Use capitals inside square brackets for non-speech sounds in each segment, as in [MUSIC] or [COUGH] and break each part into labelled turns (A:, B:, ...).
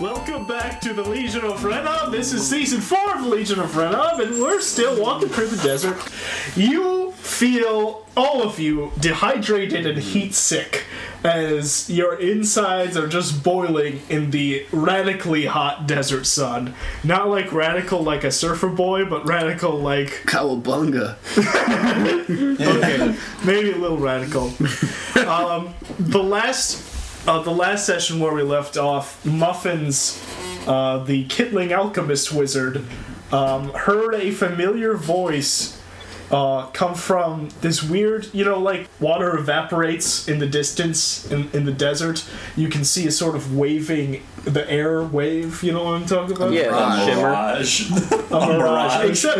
A: Welcome back to the Legion of Frena. This is season four of Legion of Frena, and we're still walking through the desert. You feel, all of you, dehydrated and heat sick as your insides are just boiling in the radically hot desert sun. Not like radical like a surfer boy, but radical like
B: Cowabunga.
A: okay, [LAUGHS] maybe a little radical. Um, the last, uh, the last session where we left off, Muffins, uh, the Kitling alchemist wizard, um, heard a familiar voice. Uh, come from this weird, you know, like water evaporates in the distance in, in the desert. You can see a sort of waving, the air wave. You know what I'm talking about?
C: Yeah,
B: Mirage.
C: that shimmer.
A: [LAUGHS]
D: Mirage.
A: a mirage. Except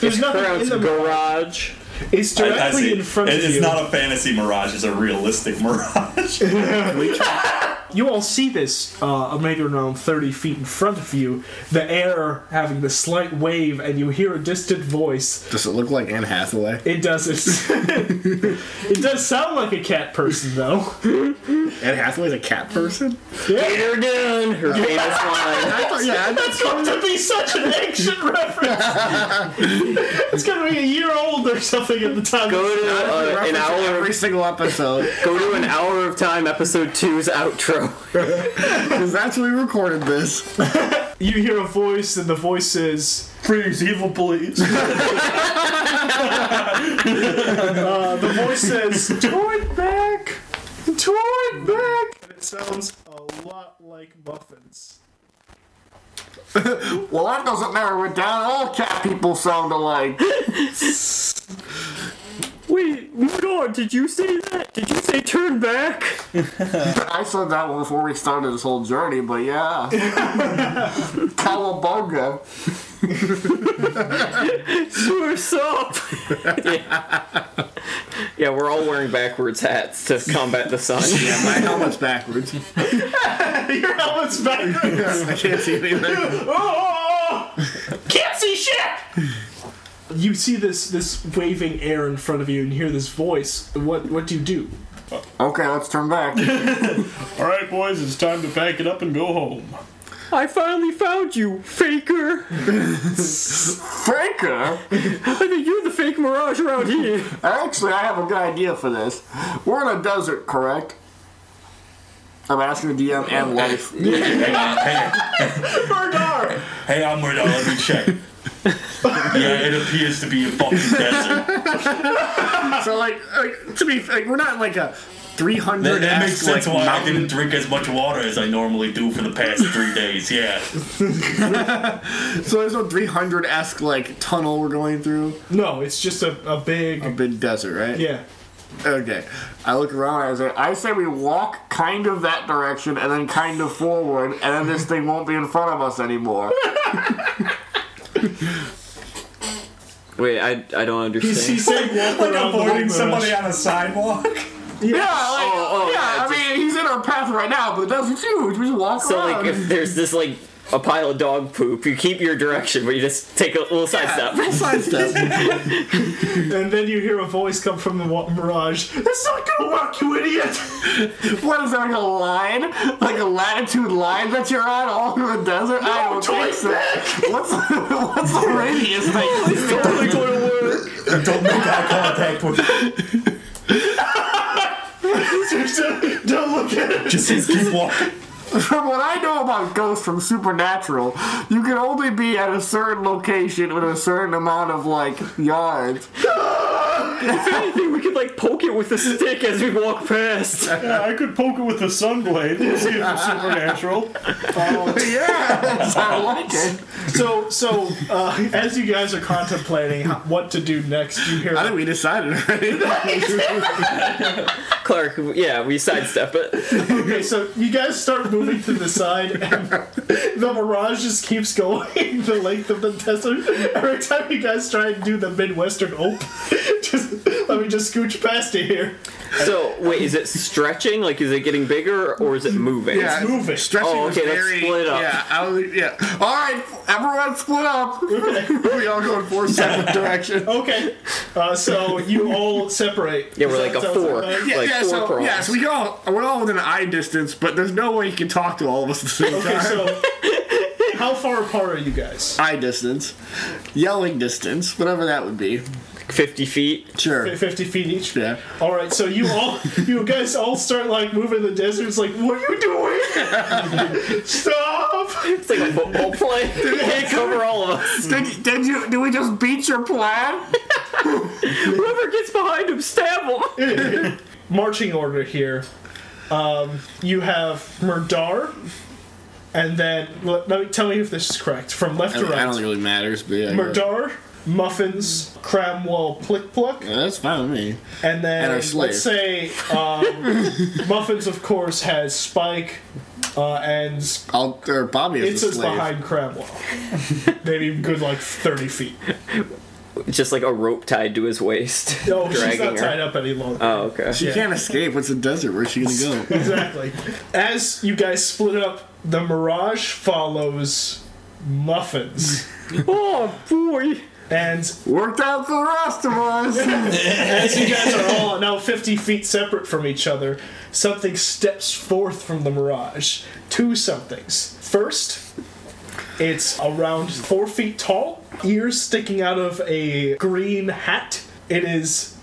A: there's nothing in
C: Crown's
A: the
C: garage.
A: It's
D: I- I
A: directly
D: see.
A: in front
D: It-
A: of you.
D: It's not a fantasy mirage; it's a
A: [LAUGHS]
D: realistic mirage.
A: You all see this uh, maybe around 30 feet in front of you, the air having the slight wave, and you hear a distant voice.
B: Does it look like Anne Hathaway?
A: It doesn't. [LAUGHS] it does sound like a cat person, though.
B: Anne Hathaway's a cat person?
C: Peter Dunn, her famous line.
B: I thought, [LAUGHS] yeah, I
A: [LAUGHS] That's going to be such an ancient reference! [LAUGHS] it's going to be a year old or something at the time.
C: Go to uh, an
B: reference
C: hour.
B: every
C: Of,
B: single episode
C: go to an hour of time. Episode 2's outro.
B: because that's when we recorded this.
A: you hear a voice, and the voice says,
D: Freeze, evil [LAUGHS] police.
A: uh, the voice says, Tour it back! Tour it back! And it sounds a lot like muffins. [LAUGHS]
B: Well, that doesn't narrow it down. All cat people sound alike.
C: [LAUGHS] Wait, Mordor, did you say that? Did you say turn back? [LAUGHS]
B: I said that one before we started this whole journey, but [LAUGHS] yeah. Cowabunga.
C: Source up. yeah. [LAUGHS] yeah, we're all wearing backwards hats to combat the sun.
B: Yeah, my helmet's backwards.
A: Your helmet's backwards.
B: [LAUGHS] I can't see
A: [LAUGHS]
B: anything.
A: oh, can't see shit. You see this this waving air in front of you, and hear this voice. What what do you do?
B: Okay, let's turn back.
D: All right, boys, it's time to pack it up and go home.
C: [LAUGHS] I finally found you, faker.
B: Faker?
C: I think you're the fake mirage around here.
B: Actually, I have a good idea for this. We're in a desert, correct? I'm asking the DM and [LAUGHS] life.
D: Hang on, hang on.
A: Bernard,
D: Hey, I'm Mordor. Let me check.
A: [LAUGHS]
D: yeah, it appears to be a fucking desert.
B: so, like, like, to be like, we're not like a 300
D: That, that makes
B: esque,
D: sense
B: like,
D: why I [LAUGHS]
B: mountain-
D: didn't drink as much water as I normally do for the past three days.
A: [LAUGHS]
D: Yeah,
B: So there's no 300 esque like tunnel we're going through.
A: no, it's just a, a big
B: A big desert, right?
A: yeah.
B: Okay. I look around. I say, I say we walk kind of that direction and then kind of forward, and then this thing won't be in front of us anymore.
C: Wait, I, I don't understand.
A: He's, he's saying walk around the whole mirage.
D: on a sidewalk. [LAUGHS]
B: yeah. Like,
C: Oh, oh,
B: yeah.
C: yeah,
B: I mean, he's in our path right now, but the desert's huge. We just walk
C: So
B: around.
C: like if there's this like a pile of dog poop, you keep your direction, but you just take a little side step. [LAUGHS]
B: Sidestep.
A: and then you hear a voice come from the wa- mirage. That's not gonna work, you idiot.
B: what is that, like a line? Like a latitude line that you're on all over the desert? I don't think so. What's, [LAUGHS] what's the radius thing?
C: totally going to work.
D: Don't make eye contact [LAUGHS] with.
A: don't don't look at it.
D: Just just keep walking.
B: [LAUGHS] From what I know about ghosts from Supernatural, you can only be at a certain location with a certain amount of like yards. [LAUGHS]
C: If anything, we could like poke it with a stick as we walk past.
A: [LAUGHS]
D: Yeah, I could poke it with a sunblade. See if it's supernatural.
B: [LAUGHS] yeah, I like it.
A: So so uh, as you guys are contemplating how- what to do next, you hear.
B: we decided
C: [LAUGHS] Clark, yeah, we sidestep it.
A: Okay, so you guys start moving to the side, and the mirage just keeps [LAUGHS] going the length of the desert. Every time you guys try and do the Midwestern ope, [LAUGHS] just Let me just scooch past you here.
C: So wait, is it stretching? Like, is it getting bigger or is it moving?
B: Yeah,
A: It's moving.
B: Stretching
C: Oh, okay,
B: was
C: let's
B: very,
C: split up.
B: Yeah, I was, yeah. All right, everyone split up. [LAUGHS] we all go in four [LAUGHS] separate directions.
A: Okay. Uh, so you all separate.
C: Yeah, we're like a
A: Sounds
C: four.
A: that.
B: Yeah,
C: Like
B: yeah,
C: four
B: so,
C: prongs.
B: yeah, so we all we're all within eye distance, but there's no way you can talk to all of us at the same
A: Okay,
B: time.
A: so how far apart are you guys?
B: [LAUGHS] eye distance, yelling distance, whatever that would be.
C: Fifty feet.
B: Sure.
A: Fifty feet each.
B: Uh, Yeah.
A: All right, so you all, you guys all start like moving in the desert. It's like, what are you doing?
B: [LAUGHS]
A: Stop!
C: It's like a football
A: [LAUGHS]
C: play. You can't cover all of us.
B: Did, did you? Did we just beat your plan?
C: Whoever gets behind him, stab him.
A: Marching order here. Um, you have Murdar, and then let, let me tell me if this is correct from left
B: I
A: to
B: don't, I don't
A: right.
B: think it really matters, but yeah. I guess.
A: Murdar, Muffins, Cramwell, Plick Pluck,
B: Yeah, that's fine with me.
A: and then
B: And our slave.
A: let's say um, Muffins, of course, has Spike, uh, and
B: I'll or Bobby
A: it
B: is a
A: says
B: slave.
A: behind Cramwell. Maybe good like thirty feet.
C: Just like a rope tied to his waist.
A: No, she's
C: dragging
A: not
C: her.
A: tied up any longer.
C: Oh, okay.
B: She
A: Yeah.
B: can't escape. It's a desert. Where's she gonna go?
A: exactly. As you guys split up, the Mirage follows Muffins.
C: [LAUGHS] Oh boy.
A: And
B: [LAUGHS] Worked out for the rest of us.
A: as you guys are all now 50 feet separate from each other, something steps forth from the Mirage. Two somethings. First, it's around four feet tall, ears sticking out of a green hat. It is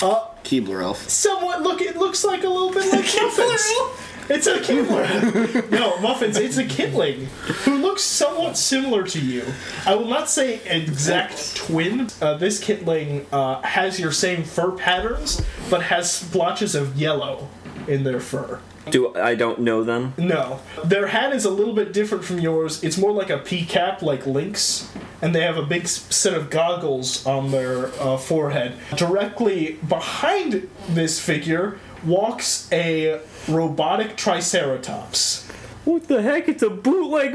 B: Keebler elf.
A: somewhat look. It looks like a little bit like muffins. It's a Kibler. [LAUGHS] no, muffins. It's a Kitling who looks somewhat similar to you. I will not say exact twin. Uh, this Kitling uh, has your same fur patterns, but has splotches of yellow in their fur.
C: Do I don't know them?
A: No, their hat is a little bit different from yours. It's more like a pea cap, like Lynx, and they have a big s- set of goggles on their uh, forehead. Directly behind this figure walks a robotic Triceratops.
C: What the heck? It's a bootleg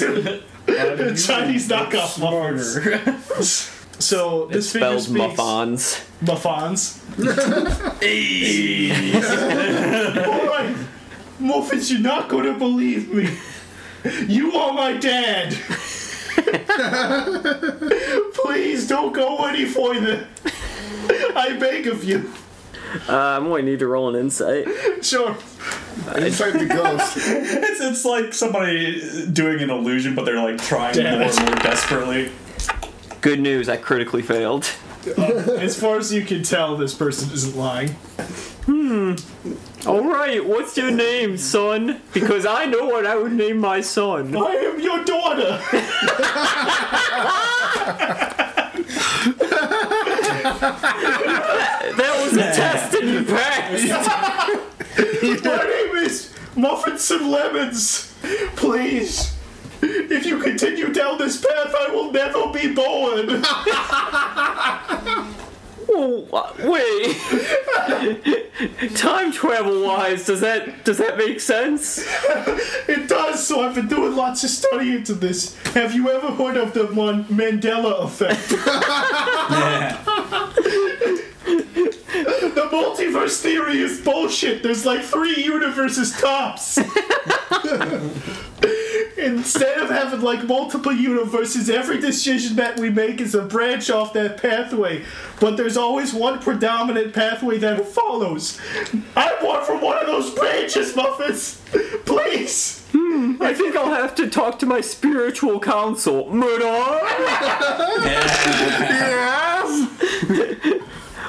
A: [LAUGHS] Chinese knockoff muffins. So this figure
C: Spelled
A: speaks
C: muffins.
A: muffins. All right, muffins, you're not gonna believe me. You are my dad. Please don't go any further. I beg of you.
C: Uh, I'm going to need to roll an insight.
A: Sure.
B: Inside the ghost.
D: It's, it's like somebody doing an illusion, but they're like trying
A: Damn
D: more
A: it.
D: and more desperately.
C: Good news, I critically failed.
A: As far as you can tell, this person isn't lying.
C: All right, what's your name, son? Because I know what I would name my son.
A: I am your daughter.
C: That was a test and you passed.
A: My name is Muffins and Lemons. Please, if you continue down this path, I will never be born.
C: [LAUGHS] Oh, uh, wait. Time travel wise, does that does that make sense?
A: It does, so I've been doing lots of study into this. Have you ever heard of the Mon- Mandela effect? [LAUGHS] the multiverse theory is bullshit. There's like three universes tops. Instead of having like multiple universes, every decision that we make is a branch off that pathway. But there's always one predominant pathway that it follows. I want from one of those branches, Muffins! Please!
C: I think I'll have to talk to my spiritual counsel. Murder?
B: yes.
C: [LAUGHS]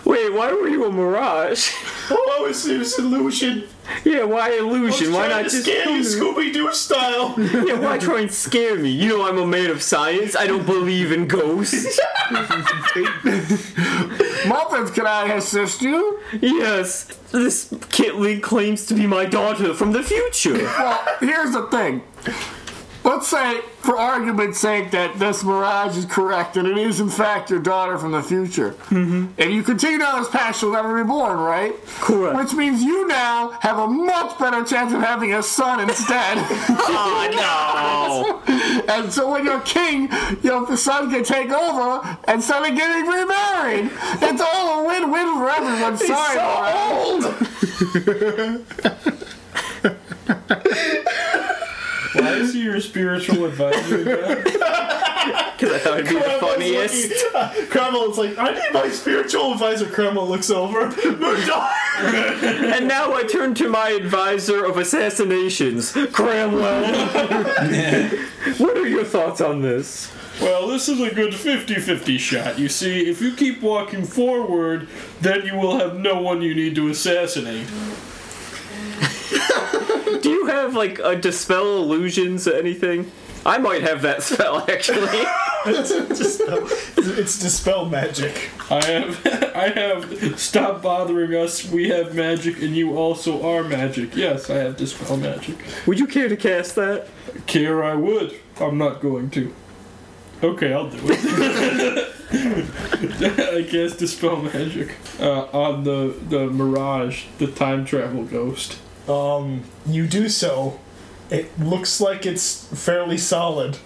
C: Wait, why were you a mirage?
A: Oh, it's it was illusion.
C: Yeah, why
A: I was
C: illusion? Why
A: trying
C: not
A: to
C: just
A: scare you, Scooby Doo
E: [LAUGHS]
A: style?
C: Yeah, why try and scare me? You know I'm a man of science. I don't believe in ghosts.
B: [LAUGHS] Muffins, can I assist you?
C: Yes, this Kitling claims to be my daughter from the future.
B: Well, here's the thing. Let's say, for argument's sake, that this mirage is correct and it is, in fact, your daughter from the future. Mm-hmm. If you continue down this path, she'll never be born, right?
C: Correct.
B: Which means you now have
C: [LAUGHS]
B: a much better chance of having a son instead.
C: Oh no!
B: and
F: And so when you're king, your son can take over instead of getting remarried. It's all a win-win for everyone. Sorry, Morag.
E: Why is he your spiritual advisor again?
C: Because I thought it'd be the funniest.
A: Kremlin's like, I need my spiritual advisor. Kremlin looks [LAUGHS] over. Murdar!
C: And now I turn to my advisor of assassinations, Cramwell. what are your thoughts on this?
E: Well, this is a good 50-50 shot. You see, if you keep walking forward, then you will have no one you need to assassinate.
C: Do you have like a dispel illusions or anything? I might have that spell [LAUGHS] actually.
A: it's, dispel, it's dispel magic.
E: I have, [LAUGHS] I have. Stop bothering us. We have magic, and you also are magic. Yes, I have dispel magic.
C: Would you care to cast that?
E: Care I would. I'm not going to. Okay, I'll do it. [LAUGHS] I cast dispel magic uh, on the the mirage, the time travel ghost.
A: Um, you do so. It looks like it's fairly solid.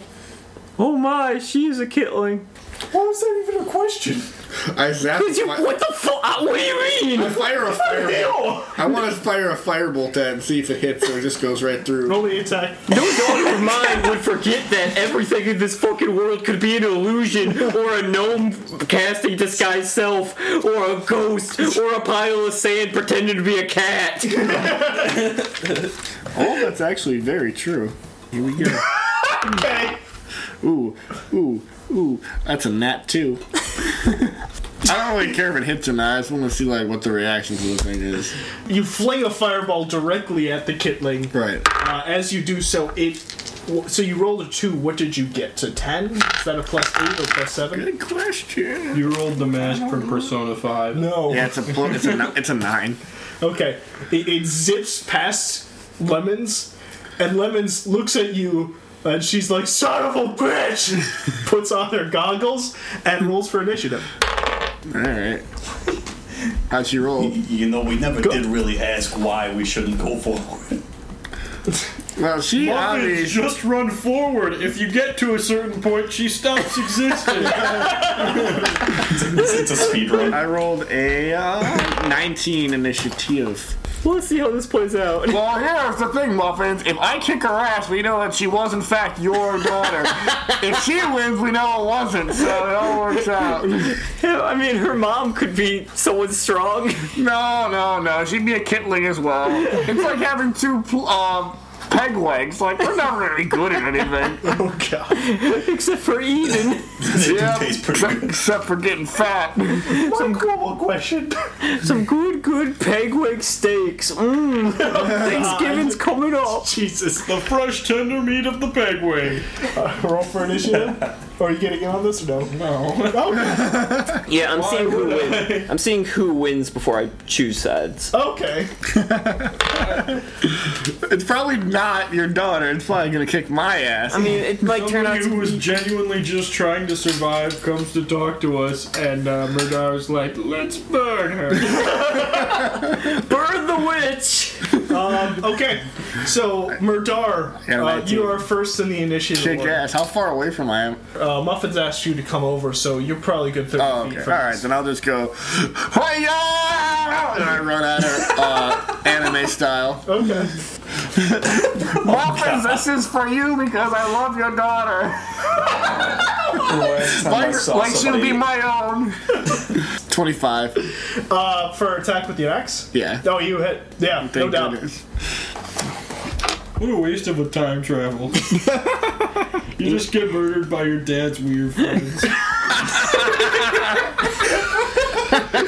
C: Oh my, she is a kitling.
A: Why was that even a question?
B: I zap.
C: Did you,
B: my-
C: what the fuck? What do you
B: I
C: mean?
B: fire a [LAUGHS] firebolt.
A: Ew!
B: I want to fire a firebolt at it and see if it hits or it just goes right through.
A: Roll the attack.
C: No dog of mine would forget that everything in this fucking world could be an illusion, or a gnome casting disguised self, or a ghost, or a pile of sand pretending to be a cat.
B: Oh, that's actually very true. Here we [LAUGHS] go.
A: Okay.
B: Ooh, ooh, ooh. That's a nat too. [LAUGHS] I don't really care if it hits or not. I just want to see like what the reaction to the thing is.
A: You fling a fireball directly at the kitling.
B: Right.
A: Uh, as you do so, it. w- So you rolled a two. What did you get? To ten? Is that a plus eight or plus seven?
B: Good question.
E: You rolled the mask from Persona Five.
A: No.
B: Yeah, it's a pl- it's a ni- it's a nine.
A: Okay. It, it zips past Lemons, and Lemons looks at you, and she's like, "Son of a bitch!" [LAUGHS] Puts on her goggles and rolls for initiative.
B: All right. How'd she roll?
D: You know, we never did really ask why we shouldn't go forward.
B: Well, she
E: Marvin,
B: obviously.
E: just run forward. If you get to a certain point, she
A: [LAUGHS]
E: stops existing.
D: [LAUGHS] It's, it's a speed [LAUGHS] run.
B: I rolled a uh, 19 initiative.
C: Well, let's see how this plays out.
F: Well, here's the thing, Muffins. If I kick her ass, we know that she was, in fact, your daughter. if she wins, we know it wasn't, so it all works out.
C: Yeah, I mean, her mom could be someone strong. [LAUGHS]
F: No, no, no. She'd be a kitling as well. It's like having two pl- um, peg legs. Like, we're not really good at anything.
A: Oh god.
C: Except for Eden.
D: They
F: yeah.
D: do taste pretty good.
F: Except for getting fat.
A: One cool question.
C: Some good, good pegwig steaks. [LAUGHS] Mmm. Thanksgiving's coming up.
A: Jesus. Uh,
E: the fresh tender meat of the pegway.
A: Roll for initiative. Are you getting in on this or no?
E: No.
C: Yeah, I'm seeing who
E: would
C: wins. I'm seeing who wins before I choose sides.
A: Okay.
B: It's probably not your daughter. It's probably gonna kick my ass.
C: I mean, it might turn out
E: Somebody who
C: to
E: was
C: be.
E: genuinely just trying to survive comes to talk to us, and uh, Murdar's like, let's burn her.
C: Burn the witch! [LAUGHS]
A: Um, [LAUGHS] okay. So Murdar,
B: Yeah,
A: uh,
B: my
A: you
B: team.
A: are first in the initiative.
B: Kick
A: order.
B: ass. How far away from I am?
A: Uh, Muffins asked you to come over, so you're probably a good thirty
B: Oh,
A: feet
B: okay. All
A: from
B: right,
A: us.
B: then I'll just go. Hi-ya! And I run at her, uh, anime style.
A: Okay.
F: Muffins, this is for you because I love your daughter.
D: Last time I saw
F: Like, she'll be
D: somebody-
F: my own.
B: Twenty-five.
A: Uh, for attack with the axe.
B: Yeah.
A: Oh, you hit. Yeah, no
B: Thank
A: doubt.
B: goodness.
E: what a waste of a time travel. [LAUGHS] you just get murdered by your dad's weird friends.
D: That's [LAUGHS]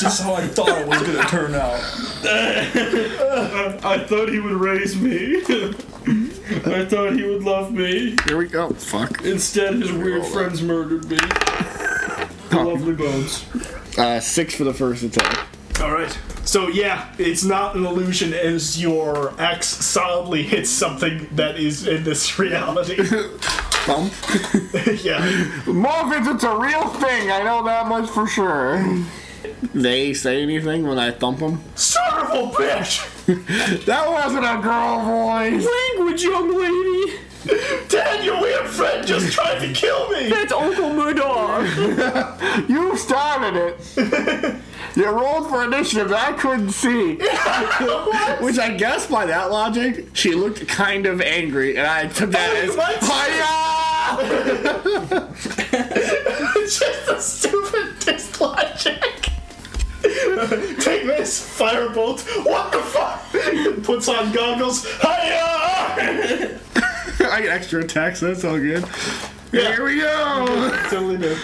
D: just how I thought it was going to turn out.
E: I thought he would raise me. I thought he would love me.
B: Here we go. Fuck.
E: Instead, his weird friends murdered me. Lovely bones.
B: Uh, six for the first attack.
A: All right. So yeah, it's not an illusion as your axe solidly hits something that is in this [LAUGHS] reality.
B: Bump.
A: yeah.
F: Muffins, it's a real thing. I know that much for sure.
B: They say anything when I thump them?
A: Son of a bitch.
B: [LAUGHS] That wasn't a girl voice.
G: Language, young lady.
A: Dad, your weird friend just tried to kill me!
G: That's Uncle Murdar.
B: You started it. you rolled for initiative that I couldn't see.
H: Which I guess by that logic, she looked kind of angry, and I took that as
A: What?
H: hiya.
A: It's just the stupidest logic. [LAUGHS] Take this, firebolt. What the fuck? [LAUGHS] Puts on goggles. Hiya! [LAUGHS]
H: [LAUGHS] I get extra attacks. so That's all good. Here we go.
A: totally new.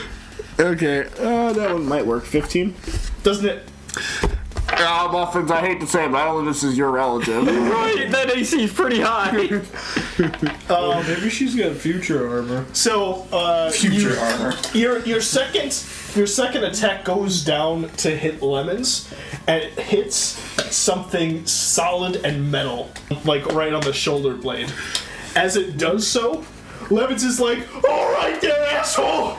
H: Okay, uh, that one might work. Fifteen.
A: Doesn't it?
B: Ah, muffins. I hate to say it, but I don't know if this is your
H: [LAUGHS]
B: relative.
G: right, that AC's pretty high.
E: Maybe she's got future armor.
A: So, uh,
I: Future armor.
A: your your second your second attack goes down to hit lemons, and it hits something solid and metal, like right on the shoulder blade. As it does so, lemons is like, "All right, there, asshole!" [LAUGHS]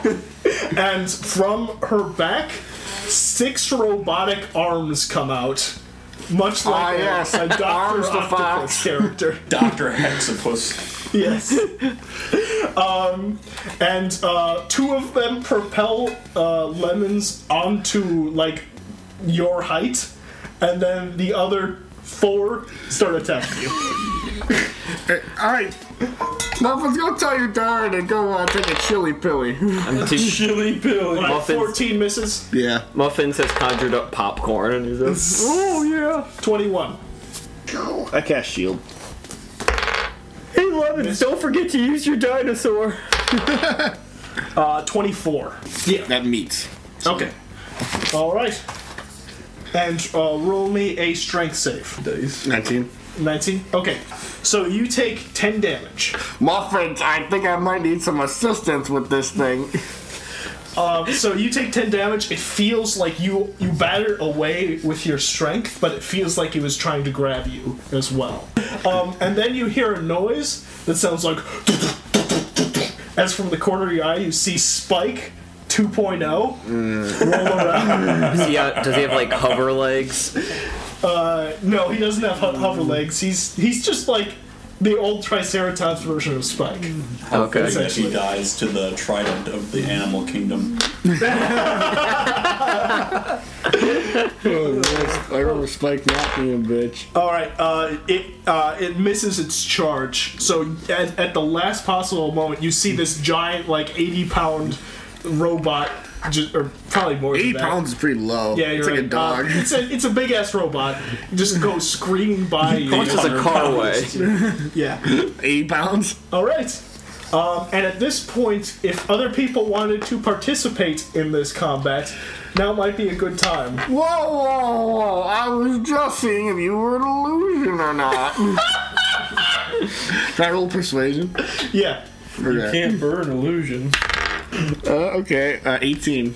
A: and from her back, six robotic arms come out. Much like
B: Ah,
A: a-
B: yes.
A: a Doctor
B: Arms the
A: Octopus
B: Fox.
A: character.
I: Dr. Hexapus.
A: Yes. [LAUGHS] um, and uh, two of them propel uh, lemons onto like your height, and then the other four start attacking you.
H: All right.
B: muffins, go tell your daughter to go uh, take a chili pilly. [LAUGHS]
G: I'm
C: [LAUGHS]
G: too-
E: Chili Billy.
A: Alright,
G: Muffins.
A: Fourteen misses,
H: Yeah.
G: Muffins has conjured up popcorn and he's like,
B: oh yeah.
A: twenty-one.
H: I cast shield.
G: Hey, Levins, don't forget to use your dinosaur.
A: [LAUGHS] Uh, twenty-four.
H: That meets.
A: Okay. All right. And uh, roll me a strength save.
H: Nineteen.
A: Nineteen. Okay. So you take ten damage.
B: Muffins, I think I might need some assistance with this thing.
A: Um, So you take ten damage. It feels like you you batter away with your strength, but it feels like he was trying to grab you as well. Um, and then you hear a noise that sounds like. As from the corner of your eye, you see Spike oh. 2.0 roll around.
G: Does he, uh, does he have like hover legs?
A: Uh, No, he doesn't have ho- hover legs. He's he's just like the old Triceratops version of Spike.
G: Okay.
I: As he dies to the trident of the animal kingdom.
H: I remember Spike not being a bitch.
A: All right, uh, it uh, it misses its charge. So at, at the last possible moment, you see this giant, like eighty pound robot, just, or probably more. than
H: Eight
A: that.
H: pounds is pretty low.
A: Yeah, you're
H: it's like
A: right.
H: a dog.
A: Uh, it's a it's a big ass robot. Just go screaming by you.
G: Which is a car way.
A: yeah.
H: Eight pounds.
A: All right. Um, and at this point, if other people wanted to participate in this combat, now might be a good time.
B: Whoa, whoa, whoa! I was just seeing if you were an illusion or not.
H: Can I roll persuasion?
A: Yeah.
H: Okay.
E: Can't burn illusion.
H: Uh, okay. Uh, Eighteen.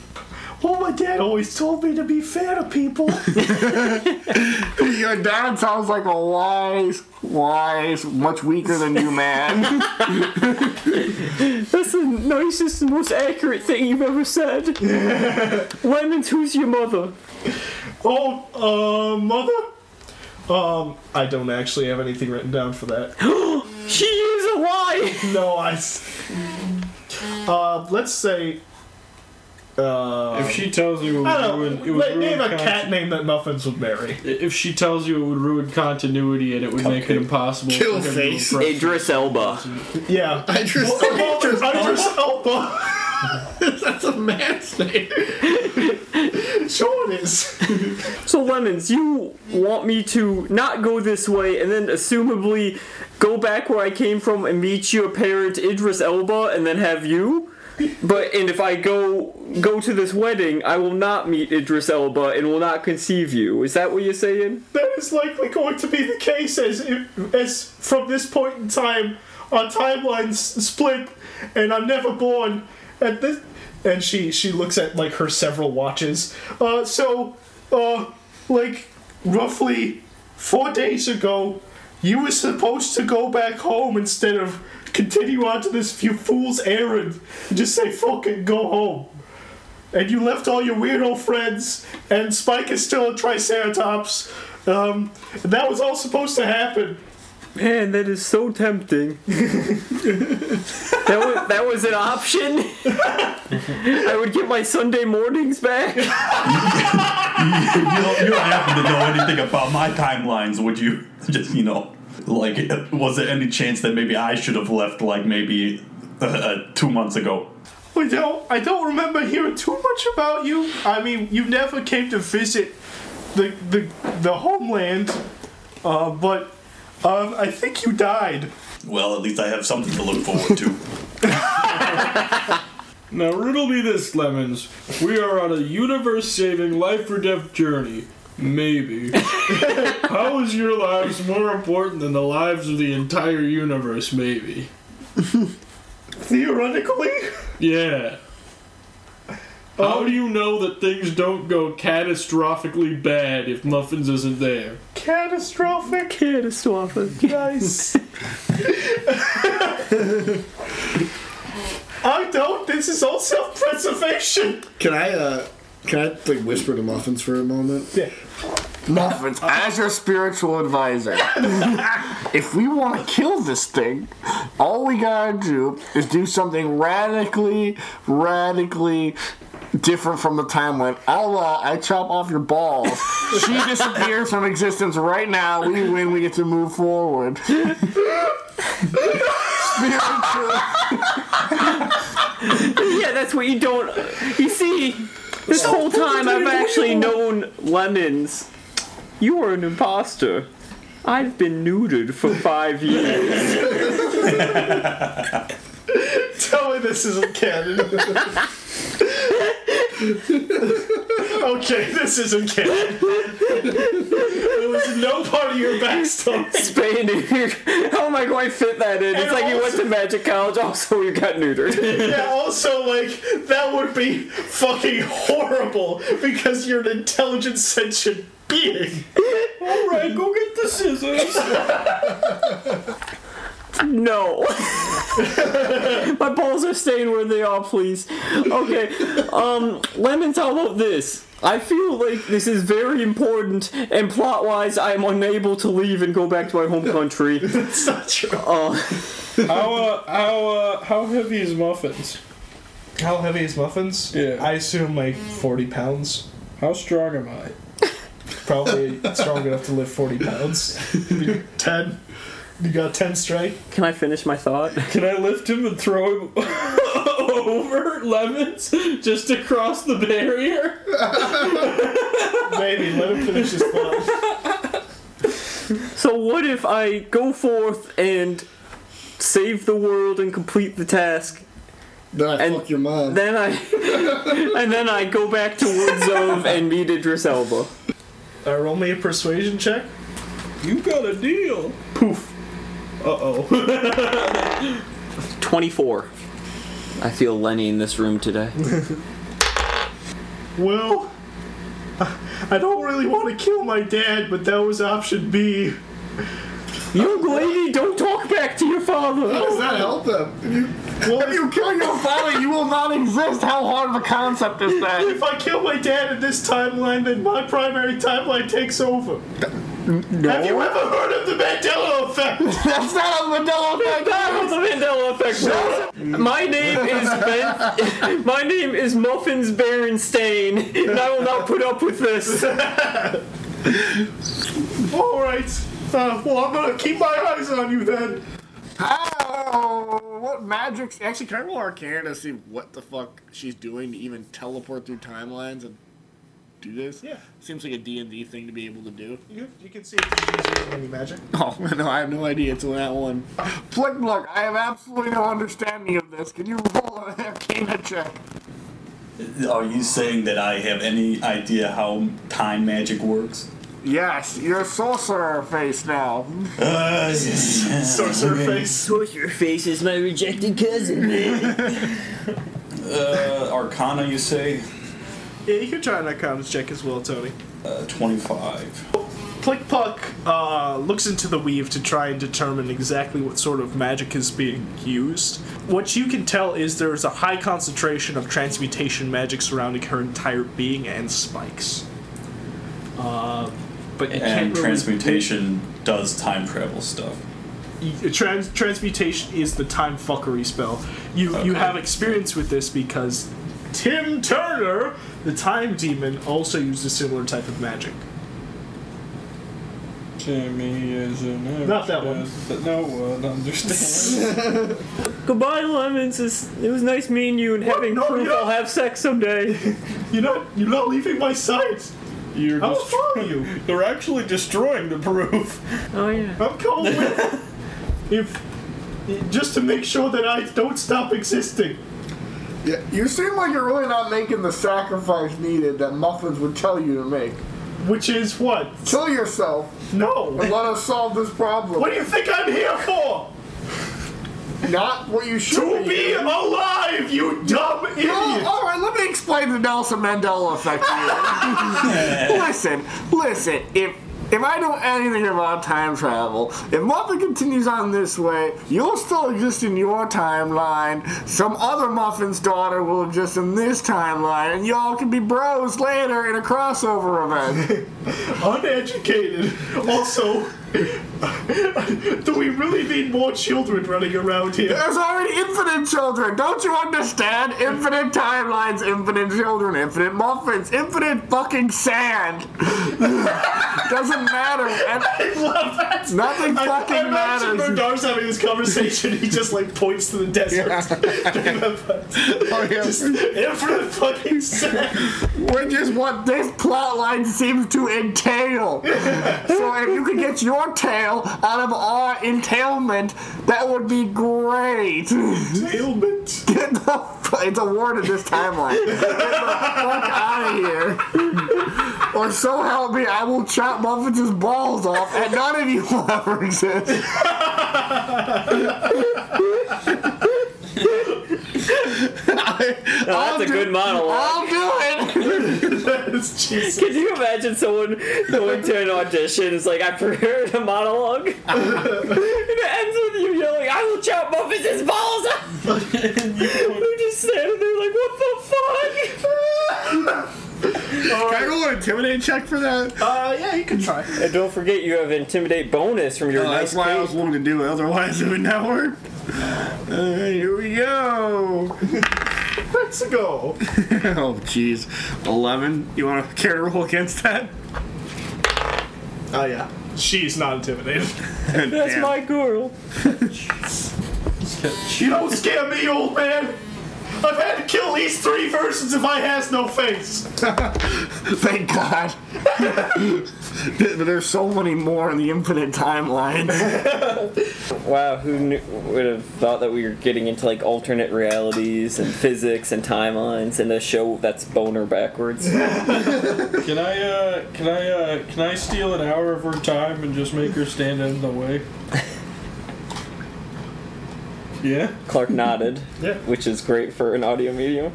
A: Well, Oh, my dad always told me to be fair to people.
B: Your dad sounds like a wise, wise, much weaker than you
H: [LAUGHS]
B: man.
G: That's the nicest and most accurate thing you've ever said. Lemons, who's your mother?
A: Oh, uh, mother? Um, I don't actually have anything written down for that. [LAUGHS]
G: She is alive!
A: No, I. s- Uh, let's say. Uh,
E: If she tells you it
A: I
E: would
A: don't
E: ruin, it
A: know.
E: would
A: Wait,
E: ruin
A: name a
E: conti-
A: cat name that Muffins would marry.
E: If she tells you it would ruin continuity and it would make it impossible. for
H: Kill
E: him to
H: face.
E: impress-
G: Idris Elba.
A: Yeah.
H: [LAUGHS] I just.
A: Idris [LAUGHS] Elba.
H: That's a man's name.
A: Sure it is.
G: So, Lemons, you want me to not go this way and then assumably go back where I came from and meet your parents, Idris Elba, and then have you? But and if I go go to this wedding, I will not meet Idris Elba and will not conceive you. Is that what you're saying?
A: That is likely going to be the case as, if, as from this point in time, our timelines split, and I'm never born. At this, and she she looks at like her several watches. Uh, so, uh, like roughly four days ago, you were supposed to go back home instead of continue on to this you fool's errand. and Just say fuck it, go home. And you left all your weirdo friends, and Spike is still a Triceratops, Um, that was all supposed to happen.
C: Man, that is so tempting. [LAUGHS] that, was, that was an option. [LAUGHS] I would get my Sunday mornings back. [LAUGHS]
D: You don't, you don't happen to know anything about my timelines, would you? [LAUGHS] Just, you know, like, was there any chance that maybe I should have left, like, maybe uh, uh, two months ago?
A: I don't, I don't remember hearing too much about you. I mean, you never came to visit the the, the homeland, uh, but um, I think you died.
D: Well, at least I have something to look forward [LAUGHS] to.
E: Now riddle me this, Lemons. We are on a universe-saving, life-or-death journey. Maybe. How is your lives more important than the lives of the entire universe? Maybe.
A: Theoretically,
E: Yeah. How do you know that things don't go catastrophically bad if Muffins isn't there?
A: catastrophic.
C: Catastrophic.
A: Nice. I don't. This is all self-preservation.
J: Can I, uh, can I, like, whisper to Muffins for a moment?
B: Muffins, as your spiritual advisor, [LAUGHS] if we want to kill this thing, all we gotta do is do something radically, radically different from the timeline. A la, I chop off your balls. She disappears from existence right now. We win. We get to move forward. Spiritual.
C: yeah, that's what you don't. You see, this whole time I've actually known Lemons. You were an imposter. I've been neutered for five [LAUGHS] years.
A: Tell me this isn't canon. okay, this isn't canon. there was no part of your backstory.
C: Spain, how am I going to fit that in? It's like you went to magic college, also you got neutered.
A: Yeah, also, like, that would be fucking horrible because you're an intelligent sentient being.
E: Alright, go get the scissors!
C: No. My balls are staying where they are, please. Okay. Um, Lemons, how about this? I feel like this is very important, and plot wise, I am unable to leave and go back to
J: [LAUGHS]
C: my home country. Uh,
A: It's not true.
E: [LAUGHS] How, uh, how, uh, how heavy is Muffins?
A: How heavy is muffins?
E: Yeah.
A: I assume like 40 pounds.
E: How strong am I?
A: Probably strong enough to lift 40 [LAUGHS] pounds. 10. You got 10 straight?
C: Can I finish my thought?
E: Can I lift him and throw him [LAUGHS] over Lemons just across the barrier?
A: Maybe. Let him finish his thought.
C: So, what if I go forth and save the world and complete the task,
J: Then I
C: And
J: fuck your mom.
C: Then I [LAUGHS] and then I go back to Woodzove and meet Idris Elba.
A: Uh, roll me a persuasion check.
E: You got a deal! Poof. Uh oh.
C: [LAUGHS] Twenty-four. I feel Lenny in this room today.
A: [LAUGHS] Well, I don't really want to kill my dad, but that was option B.
C: Young lady, don't talk back to your father.
J: Does that help them?
A: Well,
B: You kill your father, you will not exist. How hard of a concept is that?
A: if I kill my dad in this timeline, then my primary timeline takes over. Have you ever heard of the Mandela effect? [LAUGHS]
B: That's not a Mandela effect.
C: That was the Mandela effect. bro. My name is Ben. [LAUGHS] My name is Muffins Berenstain, and I will not put up with [LAUGHS] this.
A: All right. Uh, well, I'm gonna keep my eyes on you then.
J: Oh, what magic? Actually, can I roll Arcana to see what the fuck she's doing to even teleport through timelines and do this?
A: Yeah.
J: Seems like a D&D thing to be able to do.
A: You, you can see if she's using any magic.
J: Oh, [LAUGHS] no, I have no idea. It's on that one.
B: Flick Look, I have absolutely no understanding of this. Can you roll
J: [LAUGHS]
B: an arcana check?
D: Are you saying that I have any idea how time magic works?
B: Yes, you're a sorcerer face now.
D: Uh, yes.
A: Sorcerer face.
C: Your face is my rejected cousin.
D: uh, Arcana, you say?
A: Yeah, you can try an icons check as well, Tony.
D: Uh, 25.
A: Plick Puck uh, looks into the weave to try and determine exactly what sort of magic is being used. What you can tell is there is a high concentration of transmutation magic surrounding her entire being and spikes. Uh, but you can't
D: and
A: really-
D: transmutation does time travel stuff.
A: you- uh, trans- transmutation is the time fuckery spell. You you
D: Okay.
A: have experience with this because Tim Turner, the time demon, also used a similar type of magic.
E: Timmy is an
A: Not that one.
E: artist That no one understands.
C: Goodbye, lemons. It's- It was nice meeting you and having
A: No,
C: proof
A: you don't-
C: I'll have sex someday.
A: You're not you're not leaving my sight.
E: You're
A: I'm
E: just,
A: following you.
E: they're actually destroying the proof.
C: Oh yeah.
A: [LAUGHS] I'm calling
E: [LAUGHS]
A: with if just to make sure that I don't stop existing.
H: Yeah, you seem like you're really not making the sacrifice needed that muffins would tell you to make.
A: Which is what?
H: Kill yourself
E: [LAUGHS]
A: No.
H: and let us solve this problem.
A: What do you think I'm here for?
H: Not what you should
A: To
H: be.
A: be alive, you dumb idiot!
H: Oh, all right, let me explain the Nelson Mandela effect
A: [LAUGHS]
H: to you. listen, listen, if if I know anything about time travel, if Muffin continues on this way, you'll still exist in your timeline. Some other Muffin's daughter will exist in this timeline, and y'all can be bros later in a crossover event.
A: uneducated. Also, do we really need more children running around here?
H: There's already infinite children. Don't you understand? Infinite timelines, infinite children, infinite muffins, infinite fucking sand. [LAUGHS] Doesn't matter. And-
A: Love that.
H: Nothing
A: I,
H: fucking
A: I imagine
H: matters.
A: Murdar's having this conversation. He just like points to the desert. [LAUGHS]
B: Oh, yeah.
A: Infinite fucking sand.
H: Which is what this plot line seems to entail. so if you could get your tail out of our entailment, that would be great.
A: Ailment.
H: [LAUGHS] Get the fu- it's a word in this timeline. Get the fuck out of here. Or so help me, I will chop Muffins' balls off, and none of you will ever exist.
C: No, Oh, that's a good monologue.
H: I'll do it.
A: That's Jesus.
C: Could you imagine someone going to an audition? It's like I prepared a monologue, and it ends with you yelling, "I will chop Muffins' his balls!" up!" They're just standing there like, "What the fuck?"
B: Can I roll an intimidate check for that?
A: Uh, yeah, you can try.
C: and don't forget, you have intimidate bonus from your
B: Uh,
C: nice
B: that's why I was wanting to do it, otherwise it would not work. Uh, here we go. [LAUGHS]
A: Let's go.
B: Oh, jeez. 11. You want to care to roll against that?
A: Oh yeah. She's not intimidated.
C: That's
B: Damn.
C: my girl.
A: You don't scare me, old man. I've had to kill these three versions if I has no face.
B: [LAUGHS]
H: Thank God. Th- There's so many more in the infinite timeline.
C: Wow, who knew, would have thought that we were getting into like alternate realities and physics and timelines and a show that's boner backwards?
E: Can I, uh, can I, uh, can I steal an hour of her time and just make her stand in the way? yeah?
C: Clark nodded,
A: Yeah.
C: which is great for an audio medium.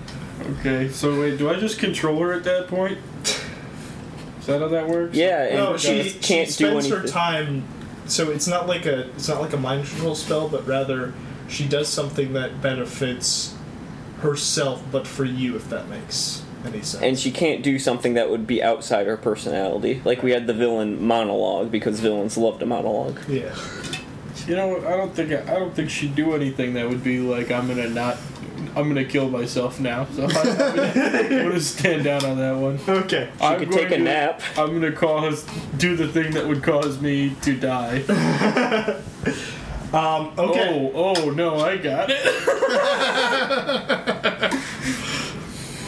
E: Okay, so wait, do I just control her at that point? Is that how that works?
C: Yeah, and
A: No, she,
C: just
A: she
C: can't do
A: spends her
C: anything.
A: time. So it's not like a it's not like a mind control spell, but rather she does something that benefits herself, but for you, if that makes any sense.
C: and she can't do something that would be outside her personality. Like we had the villain monologue because villains love to monologue.
A: yeah,
E: You know, I don't think I don't think she'd do anything that would be like I'm gonna not, I'm gonna kill myself now. So I'm gonna, I'm gonna stand down on
C: [LAUGHS]
E: that one.
A: okay.
E: She I'm
C: could take a
E: going to-
C: nap.
E: I'm gonna cause do the thing that would cause me to die.
A: [LAUGHS] Um, okay.
E: Oh, oh no, I
A: [LAUGHS]
E: got it.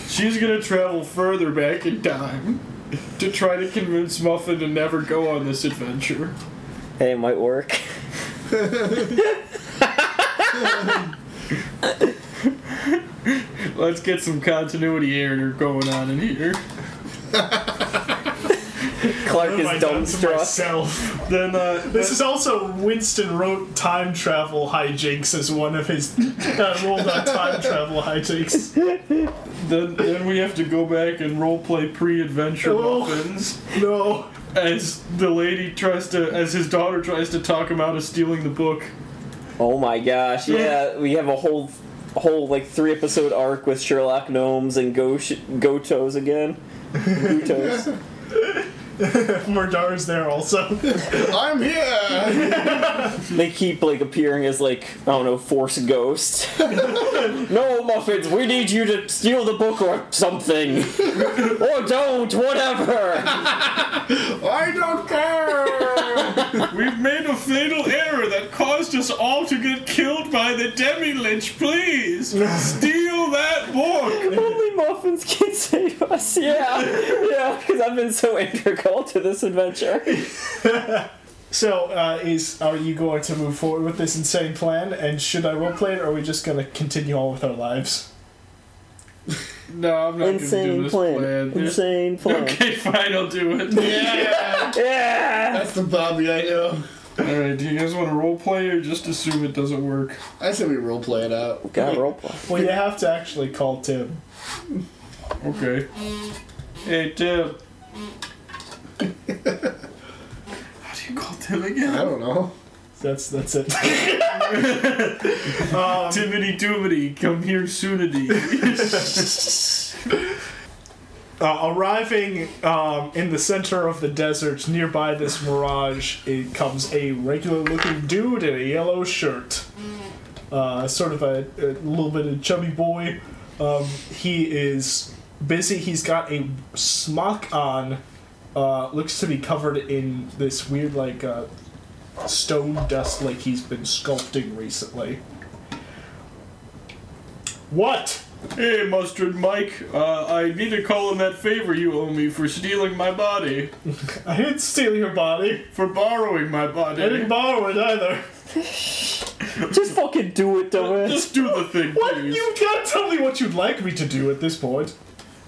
E: She's gonna travel further back in time to try to convince Muffin to never go on this adventure.
C: Hey, it
A: [LAUGHS]
C: might work.
E: Let's get some continuity error going on in here.
C: Clark
A: What have
C: is
A: I done to
C: dumbstruck.
A: myself?
E: Then uh,
A: This is also Winston wrote time travel hijinks as one of his [LAUGHS] uh, rolled on time travel hijinks.
E: Then, then we have to go back and roleplay pre-adventure
A: Oh.
E: muffins
A: No,
E: as the lady tries to, as his daughter tries to talk him out of stealing the book.
C: Oh my gosh! Yeah, we have a whole, whole like three episode arc with
A: [LAUGHS]
C: Sherlock gnomes and go gotos again. Gotos.
A: Murdar's there also.
H: I'm here.
C: They keep like appearing as like I don't know, force ghosts. [LAUGHS] no muffins, we need you to steal the book or something, [LAUGHS] or don't,
E: [LAUGHS]
C: whatever.
H: I don't care.
E: We've made a fatal error that caused us all to get killed by the demi lich. Please steal that book.
C: Only muffins can save us. Yeah, yeah, because I've been so integral to this adventure.
A: So, uh, is are you going to move forward with this insane plan? And should I roleplay it, or are we just going to continue on with our lives?
E: No, I'm not gonna do
C: Insane
E: this
C: plan.
E: plan.
C: Insane plan.
E: Okay, fine, I'll do it. [LAUGHS]
C: Yeah.
H: That's the Bobby I know.
E: All right, do you guys want to role play or just assume it doesn't work?
H: I said we role play it out.
C: God, roleplay.
A: Well, you have to actually call Tim.
E: Okay. Hey Tim. How do you call Tim again?
H: I don't know.
A: That's that's it.
E: Timidity Doomity, come
C: [LAUGHS]
E: here soonity.
A: Uh, arriving um, in the center of the desert nearby this mirage, it comes a regular-looking dude in a yellow shirt, uh, sort of a, a little bit of chubby boy. Um, he is busy. He's got a smock on. Uh, looks to be covered in this weird, like, uh, stone dust, like he's been sculpting recently. What?
E: hey Mustard Mike, uh, I need to call in that favor you owe me for stealing my body.
A: I didn't steal your body.
E: For borrowing my
A: I didn't
E: body.
A: borrow it either.
C: Just fucking do it, dumbass.
E: Just do the thing,
A: What?
E: please.
A: You can't tell me what you'd like me to do at this point.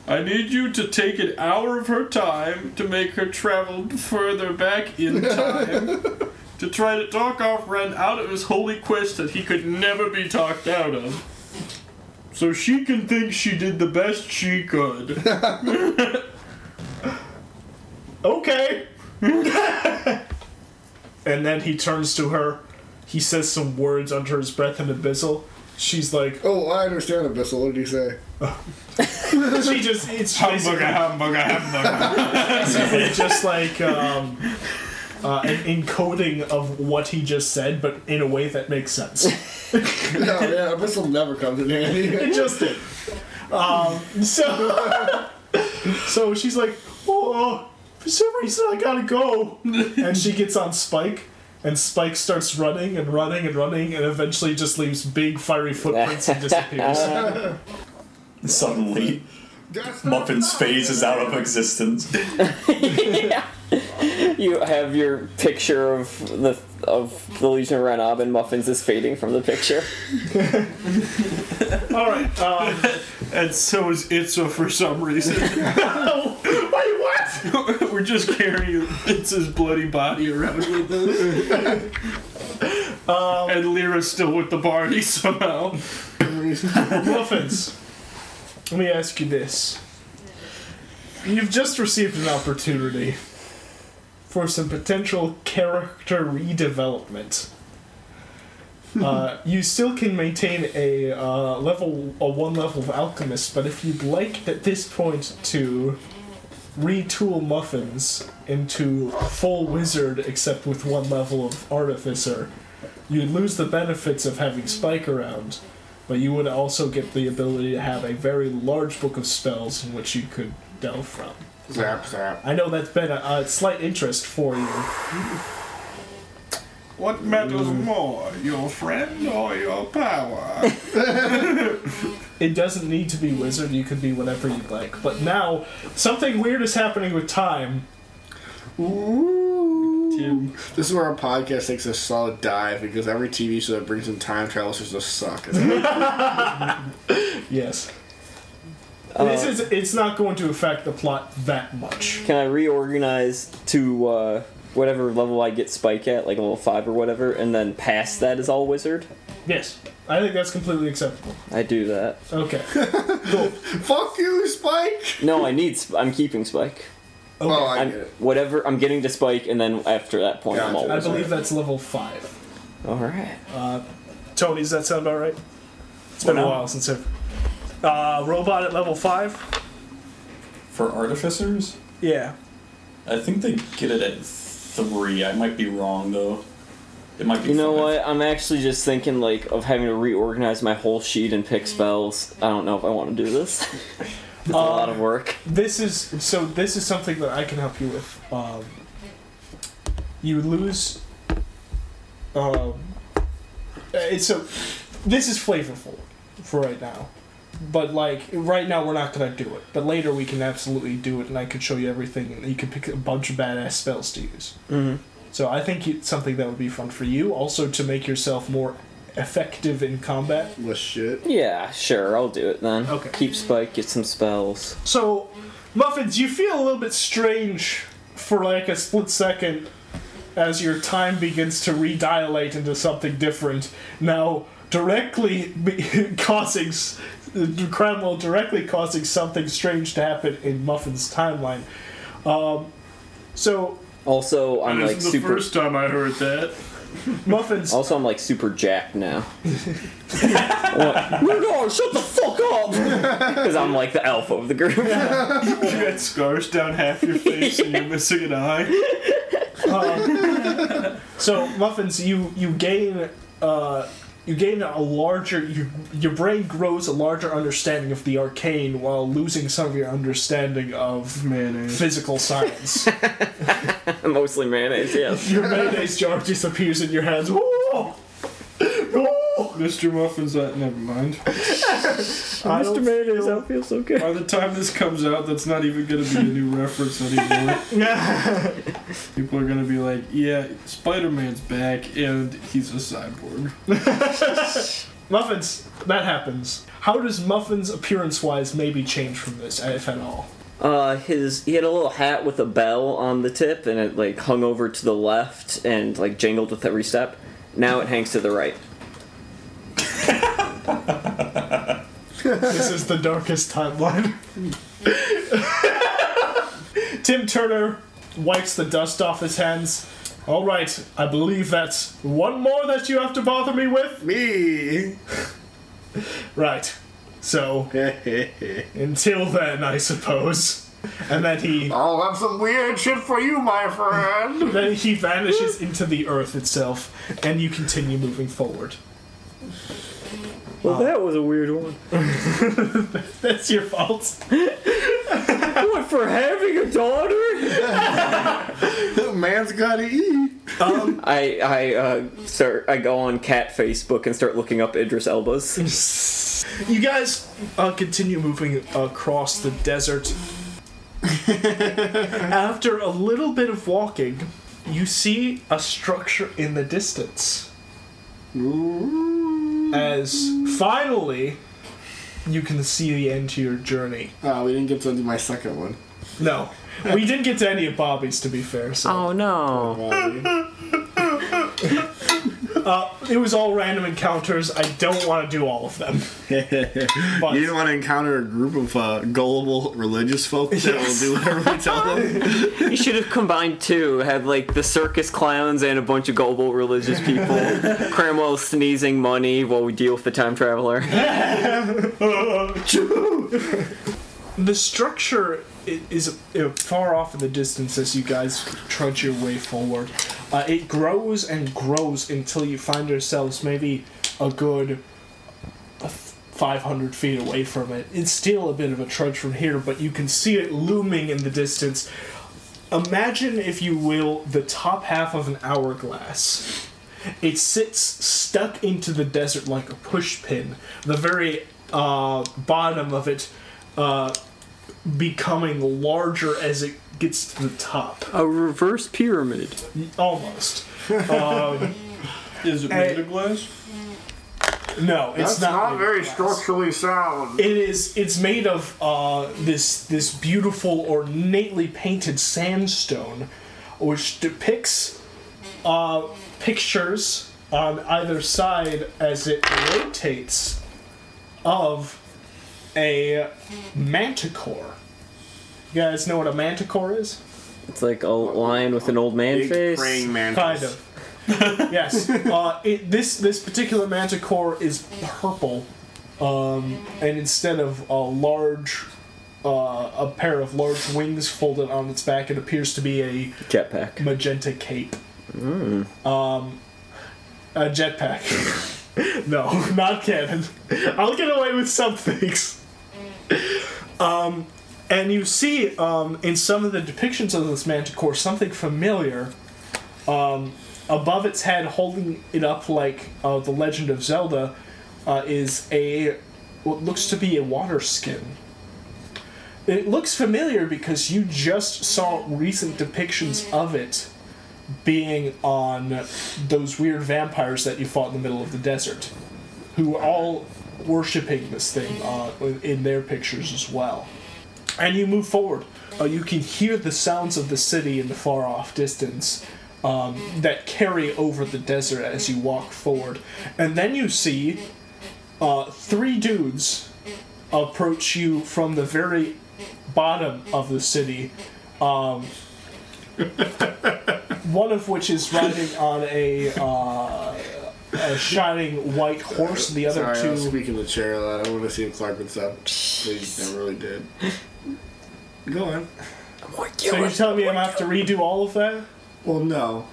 E: I need you to take an hour of her time to make her travel further back
A: [LAUGHS]
E: in time to try to talk Offren out of his holy quest that he could never be talked out of. So she can think she did the best
A: [LAUGHS]
E: she could.
A: Okay. [LAUGHS] and then he turns to her. He says some words under his breath in abyssal. She's like,
H: Oh, I understand Abyssal. What did he say? [LAUGHS]
A: she just, it's basically
E: hamburger, hamburger.
A: basically just like um, uh, an encoding of what he just said, but in a way that makes sense.
H: No, yeah, Abyssal never comes in handy.
A: [LAUGHS] It just did. Um, so, [LAUGHS] so she's like, oh, for some reason I gotta go. And she gets on Spike, and Spike starts running and running and running, and eventually just leaves big fiery footprints and disappears.
D: Suddenly,
H: That's not-
D: Muffin's phase is out of existence.
C: You have your picture of the of the Legion of Renob and muffins is fading from the picture.
A: All right. Um,
E: and so is Itza for some
C: [LAUGHS]
E: reason. [LAUGHS]
A: wait, what?
E: We're just carrying Itza's bloody body
C: [LAUGHS]
E: around with us. and Lyra's still with the party [LAUGHS] somehow.
A: [LAUGHS] Muffins. Let me ask you this. You've just received an opportunity for some potential character redevelopment. Uh, you still can maintain a uh, level, a one level of alchemist, but if you'd like at this point to retool muffins into full wizard, except with one level of artificer, you'd lose the benefits of having Spike around, but you would also get the ability to have a very large book of spells in which you could delve from.
K: Zap, zap.
A: I know that's been a, a slight interest for you.
E: What matters
C: Mm.
E: more, your friend or your power?
A: It doesn't need to be wizard, you could be whatever you'd like. But now, something weird is happening with time.
E: Tim.
K: This is where our podcast takes a solid dive because every TV show that brings in time travel is just suck.
H: [LAUGHS]
A: Yes. this is it's not going to affect the plot that much.
C: Can I reorganize to uh, whatever level I get Spike at, like level five or whatever, and then past that is all wizard?
A: Yes. I think that's completely acceptable.
C: I do that.
A: Okay.
H: Fuck you, Spike.
C: No, I need. Sp- I'm keeping Spike.
H: Oh, I
C: I'm
H: get it.
C: whatever. I'm getting to Spike, and then after that point, I'm all [LAUGHS]
H: Gotcha.
A: I
C: wizard.
A: believe that's level five.
C: All right.
A: Tony, does that sound about right? It's been a while since I've uh, robot at level five?
D: For artificers?
A: Yeah.
D: I think they get it at three. I might be wrong though. It might be.
C: You know
D: five.
C: what? I'm actually just thinking like of having to reorganize my whole sheet and pick spells. I don't know if I want to do this. [LAUGHS] it's a lot of work.
A: This is so. This is something that I can help you with. Um, you lose. Um, it's so. This is flavorful for right now, but like right now we're not gonna do it. But later we can absolutely do it, and I could show you everything, and you can pick a bunch of badass spells to use.
C: Mhm.
A: So I think it's something that would be fun for you, also to make yourself more effective in combat.
B: Well, shit.
C: Yeah, sure, I'll do it then.
A: Okay.
C: Keep Spike, get some spells.
A: So, Muffins, you feel a little bit strange for like a split second as your time begins to redilate into something different. Now, directly be- [LAUGHS] causing. s- uh, Cramwell directly causing something strange to happen in Muffin's timeline. Um, so,
C: Also, I'm
E: That
C: like
E: isn't the
C: super.
E: first time I heard that.
A: Muffins,
C: Also, I'm like super jacked
L: [LAUGHS]
C: now. no, no, shut the fuck up! [LAUGHS] Because I'm like the alpha of the group. [LAUGHS]
E: You got scars down half your face and you're missing an eye.
A: So muffins, you you gain uh, you gain a larger your your brain grows a larger understanding of the arcane while losing some of your understanding of
E: Mayonnaise.
A: physical science.
C: Mostly mayonnaise, yes.
A: your mayonnaise jar disappears in your hands. Whoa! Whoa!
E: Mr. Muffin's at. Never mind.
A: I don't
C: Mayonnaise,
A: feel-
C: I feel so good.
E: By the time this comes out, that's not even going to be
C: [LAUGHS]
E: a new reference anymore. People are going to be like, yeah, Spider Man's back and he's a cyborg.
A: Muffins, that happens. How does Muffins appearance-wise maybe change from this, if at all?
C: Uh, his he had a little hat with a bell on the tip, and it like hung over to the left and like jangled with every step. Now it hangs to the right.
A: This is the darkest timeline. [LAUGHS] Tim Turner wipes the dust off his hands. All right, I believe that's one more that you have to bother me with.
B: [LAUGHS] Me. [LAUGHS]
A: Right. So until then, I suppose. And then he
M: I'll have some weird shit for you, my friend.
A: then he vanishes into the earth itself, and you continue moving forward. [LAUGHS]
C: Well, that was a weird one.
A: That's your fault.
C: What for having a daughter?
B: [LAUGHS] Man's gotta eat.
A: Um,
C: [LAUGHS] I I uh start I go on cat Facebook and start looking up Idris Elba's.
A: You guys uh, continue moving across the desert. After a little bit of walking, you see a structure in the distance. As finally, you can see the end to your journey.
B: Oh, we didn't get to do my second one.
A: No, we didn't get to any of Bobby's, to be fair. So
L: Oh no.
B: Bobby.
A: it was all random encounters. I don't want to do all of them. But
B: You didn't want to encounter a group of uh, gullible religious folk that will do whatever we tell them.
L: You should have combined two. Had like the circus clowns and a bunch of gullible religious
C: [LAUGHS]
L: people.
C: Cramwell sneezing money while we deal with the time traveler.
A: the structure i- is uh, far off in the distance as you guys trudge your way forward. Uh, it grows and grows until you find yourselves maybe a good a f- 500 feet away from it. It's still a bit of a trudge from here, but you can see it looming in the distance. Imagine, if you will, the top half of an hourglass. It sits stuck into the desert like a pushpin. The very uh, bottom of it uh, becoming larger as it gets to the top,
C: A reverse pyramid.
A: almost.
E: Is it
A: Hey.
E: made of glass?
A: No, it's
M: That's not,
A: made of
M: very
A: glass.
M: structurally sound.
A: It is. It's made of uh, this this beautiful, ornately painted sandstone, which depicts uh, pictures on either side as it rotates of a manticore. You guys know what a manticore is?
C: It's like a lion with an old man
B: Big
C: face.
B: praying mantis.
A: Kind of. yes. Uh, it, this this particular manticore is purple, um, and instead of a large uh, a pair of large wings folded on its back. It appears to be a
G: Jetpack.
A: magenta cape. Um, a jetpack. no, [LAUGHS] not cannon. I'll get away with some things. Um, and you see um, in some of the depictions of this manticore something familiar. Um, above its head, holding it up like uh, the Legend of Zelda, uh, is a what looks to be a water skin. It looks familiar because you just saw recent depictions of it being on those weird vampires that you fought in the middle of the desert, who are all worshipping this thing uh, in their pictures as well. And you move forward. Uh, you can hear the sounds of the city in the far off distance um, that carry over the desert as you walk forward. And then you see uh, three dudes approach you from the very bottom of the city. Um, [LAUGHS] one of which is riding on a, uh, a shining white horse, and the other
H: Sorry, I was
A: two.
H: speaking to chair a lot. I want to see if Clark was up. They never really did. Go on.
A: So you're telling me I'm gonna have to redo all of that?
H: Well, no.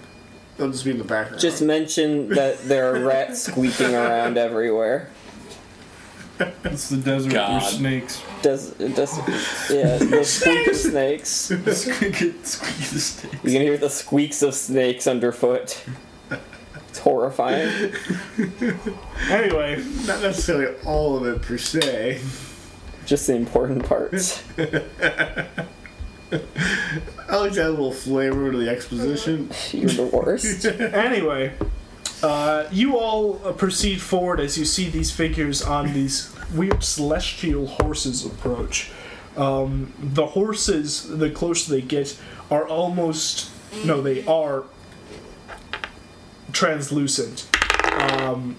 H: They'll just be in the background.
G: Just mention that there are rats squeaking around everywhere.
E: It's the desert.
D: God.
E: There's
C: [LAUGHS]
E: snakes.
G: Does it does yeah, the squeak of snakes. You can hear the squeaks of snakes underfoot. It's horrifying.
A: Anyway,
H: [LAUGHS] not necessarily all of it per se.
G: Just the important parts.
H: I like that little flavor to
B: [LAUGHS]
H: the exposition.
G: You're the worst.
A: [LAUGHS] anyway, uh, you all uh, proceed forward as you see these figures on these weird celestial horses approach. Um, the horses, the closer they get, are almost no, they are translucent. Um,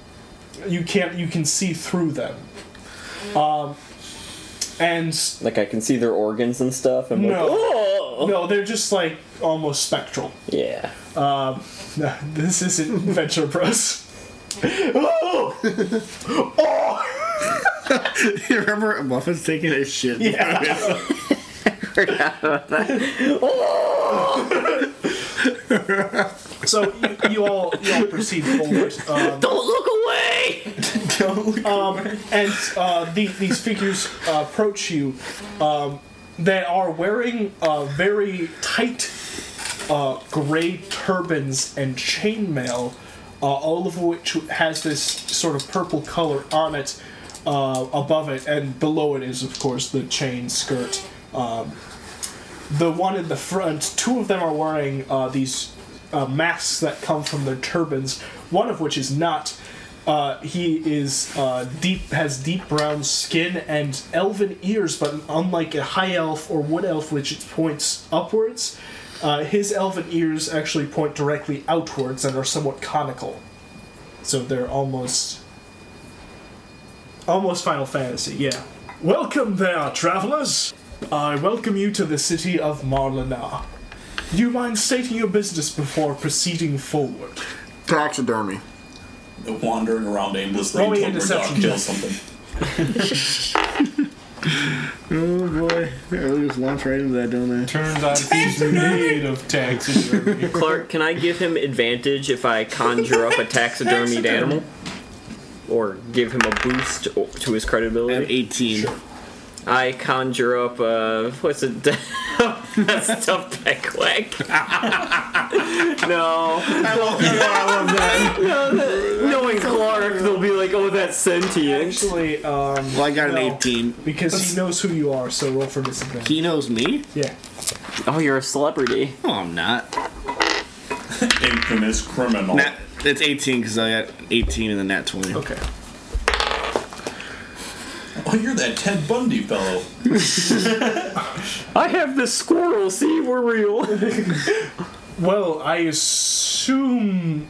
A: you can't, you can see through them. Um, and
G: Like I can see their organs and stuff. I'm like,
A: No.
G: oh
A: no, they're just like almost spectral. [LAUGHS]
G: yeah.
A: No, this isn't Venture Bros. oh! oh!
H: you remember Muffin's taking a shit?
A: Yeah. so you, you all you all proceed forward, um,
G: Don't look away.
A: um, and uh, these these figures uh, approach you. Um, they are wearing uh, very tight uh, gray turbans and chainmail, uh, all of which has this sort of purple color on it. Uh, above it and below it is, of course, the chain skirt. Um, the one in the front, two of them are wearing uh, these uh, masks that come from their turbans. One of which is not. Uh, he is uh, deep, has deep brown skin and elven ears, but unlike a high elf or wood elf, which it points upwards, uh, his elven ears actually point directly outwards and are somewhat conical. So they're almost, almost Final Fantasy. Yeah. Welcome there, travelers. I welcome you to the city of Marlana. Do you mind stating your business before proceeding forward?
B: Taxidermy.
D: Wandering around aimlessly
A: Roll me a
D: until we're
A: deception
D: done, kill
A: check.
D: something.
H: Oh boy. They really just launch right into that, don't they?
E: Turns out he's made of taxidermy.
C: [LAUGHS] Clark, can I give him advantage if I conjure up a taxidermied animal? Or give him a boost o- to his credibility?
H: 18.
C: I conjure up uh what's it [LAUGHS] that's stuff back quack. no. No, knowing Clark, they'll be like, oh that's sentient.
A: Actually, um,
H: Well, I got an
A: No.
H: 18.
A: because he knows who you are, so roll for disadvantage.
H: He knows me?
A: Yeah.
C: Oh, you're a celebrity.
H: No, I'm not.
D: Infamous criminal.
H: Nat, it's 18 because I got 18 in the nat 20.
A: Okay.
D: Oh, you're that Ted Bundy fellow.
C: I have this squirrel, see we're real.
A: Well, I assume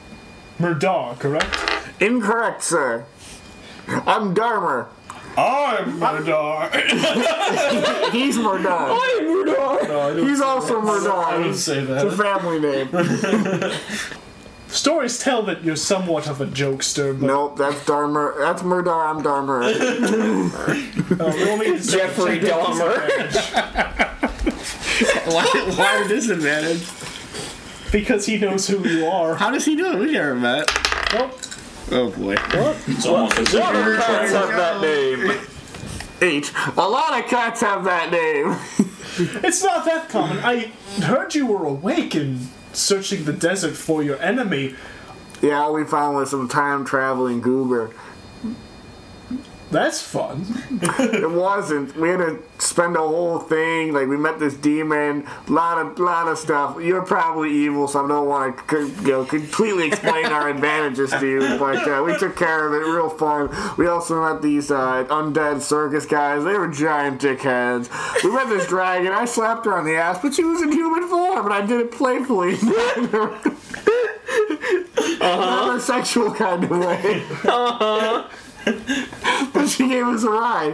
A: Murdaugh, correct?
B: Incorrect, sir. I'm Dharma.
E: I'm Murdoch.
B: He's Murdoch.
C: Hi Rudolph!
E: No, I don't-
B: He's also
E: I don't
B: Murdoch.
E: say
B: It's a
E: that.
B: family name.
A: Stories tell that you're somewhat of a jokester, but
H: Nope, that's Dharma. That's Murder. I'm Dharma.
A: uh, we'll need to
C: Jeffrey Dahmer.
B: Why, why a disadvantage?
A: because he knows who you are.
B: How does he do it? We never met.
A: Nope.
B: Oh boy.
D: It's almost as if you're trying to-
C: that name.
H: Eight. A lot of cats have that name.
A: It's not that common. I heard you were awake and searching the desert for your enemy.
H: Yeah, all we found was some time traveling goober.
A: That's fun.
H: It wasn't. We had to spend the whole thing. Like we met this demon. Lot of lot of stuff. You're probably evil, so I don't want to co- you know completely explain our advantages to you. But uh, we took care of it. Real fun. We also met these uh, undead circus guys. They were giant dickheads. We met this dragon. I slapped her on the ass, but she was in human form, and I did it playfully. [LAUGHS] Uh-huh. Not in a sexual kind of way. But [LAUGHS] she gave us a ride.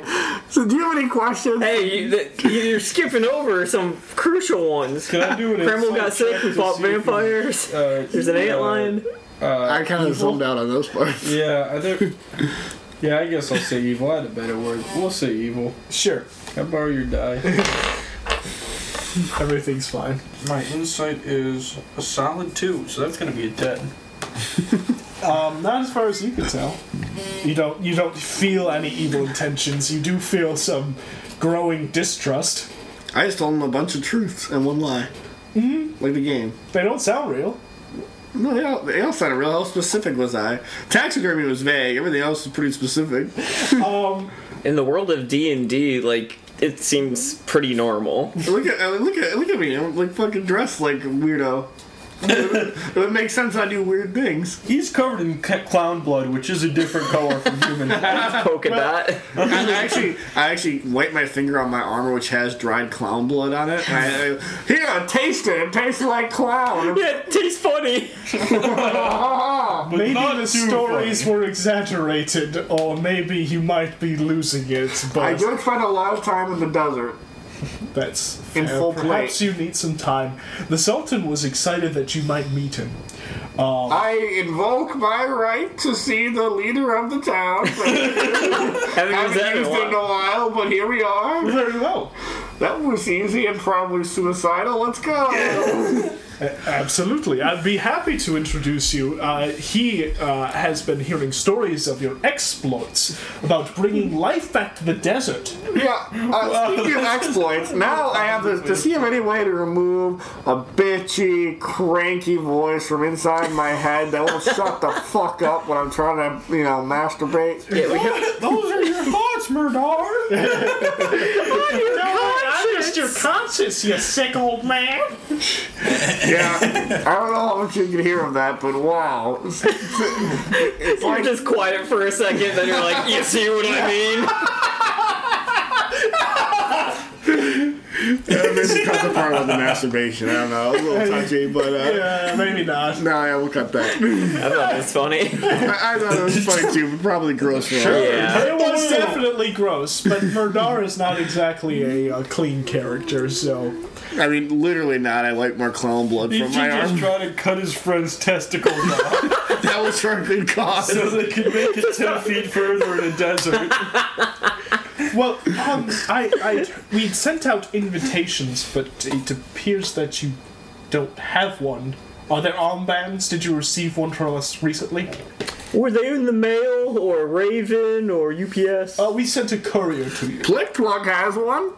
H: So, do you have any questions?
C: Hey, you, that, you're skipping over some crucial ones.
E: Can I do an
C: Kreml
E: insight
C: got sick.
E: check
C: We
E: to
C: fought
E: see if we-
G: [LAUGHS]
C: vampires.
E: Uh,
C: There's an
E: uh,
C: antlion.
E: Uh,
B: I kind of zoned out on those parts.
E: yeah, I think. Yeah, I guess I'll say evil. I had a better word. We'll say evil.
A: Sure.
E: I borrow your die.
A: Everything's fine.
N: My insight is a solid two, so that's gonna be a ten.
A: Um, not as far as you can tell. You don't you don't feel any evil intentions. You do feel some growing distrust.
B: [LAUGHS] I just told him a bunch of truths and one lie. Mm-hmm. Like the game.
A: They don't sound real.
B: No, they all, they all sounded real. How specific was I? Taxidermy was vague. Everything else was pretty specific.
A: Um,
C: In the world of D and D, like it seems pretty [LAUGHS] normal.
B: Look at uh, look at look at me. I'm like fucking dressed like a weirdo. [LAUGHS] it would make sense. I do weird
E: [LAUGHS]
B: things.
E: He's covered in c- clown blood, which is a different color from human.
C: Polka dot.
B: I actually, I actually wipe my finger on my armor, which has dried clown blood on it. I, I, [LAUGHS] Here, taste it. It tastes like
C: [LAUGHS]
B: clown.
C: [LAUGHS] Yeah, it tastes funny.
A: maybe
E: not
A: the
E: too
A: stories were exaggerated, or maybe you might be losing it.
H: I
A: But
H: did spend a lot of time in the desert.
A: that's
H: In
A: fair.
H: full
A: Perhaps you need some time. The Sultan was excited that you might meet him.
H: I invoke my right to see the leader of the town.
C: Having
H: I
C: used that
H: haven't
C: in a
H: used it in
C: while.
H: a while, but here we are.
A: Very well.
H: That was easy and probably suicidal. Let's go.
A: Absolutely. I'd be happy to introduce you. Uh, he uh, has been hearing stories of your exploits about bringing life back to the desert.
H: yeah. Uh, speaking of exploits, now I have to, to see if any way to remove a bitchy, cranky voice from inside my head that won't shut the fuck up when I'm trying to, you know, masturbate.
C: Yeah, we
A: [LAUGHS]
C: have,
A: Those are your thoughts, [LAUGHS] Murdar. I'm just your conscience, you sick old man.
H: Yeah. I don't know how much you can hear of that, but wow. It's, it's
C: you're
H: like
C: just quiet for a second, then you're like, you see what I mean?
B: Yeah, this is cut the part about the masturbation. I don't know. A
E: [LAUGHS]
B: little touchy, but uh,
A: Yeah, maybe not.
B: no, yeah, we'll cut that.
C: [LAUGHS] I thought that's funny. [LAUGHS]
B: I, I thought it was funny too, but probably gross. For her.
C: Yeah.
A: It was definitely gross, but Murdar is not exactly a, uh clean character, so.
B: I mean, literally not. I wipe more clown blood
E: Did
B: from
E: you
B: my
E: just
B: arm.
E: try to cut his friend's testicles
B: [LAUGHS]
E: off
B: that was for a good cause.
E: so [LAUGHS] they could make it ten feet further in the desert?
A: [LAUGHS] Well, um, I, I, we sent out invitations, but it appears that you don't have one. Are there armbands? Did you receive one from us recently?
C: Were they in the mail or Raven or UPS?
G: Oh.
A: Uh, we sent a courier to you.
H: Click Plug has one.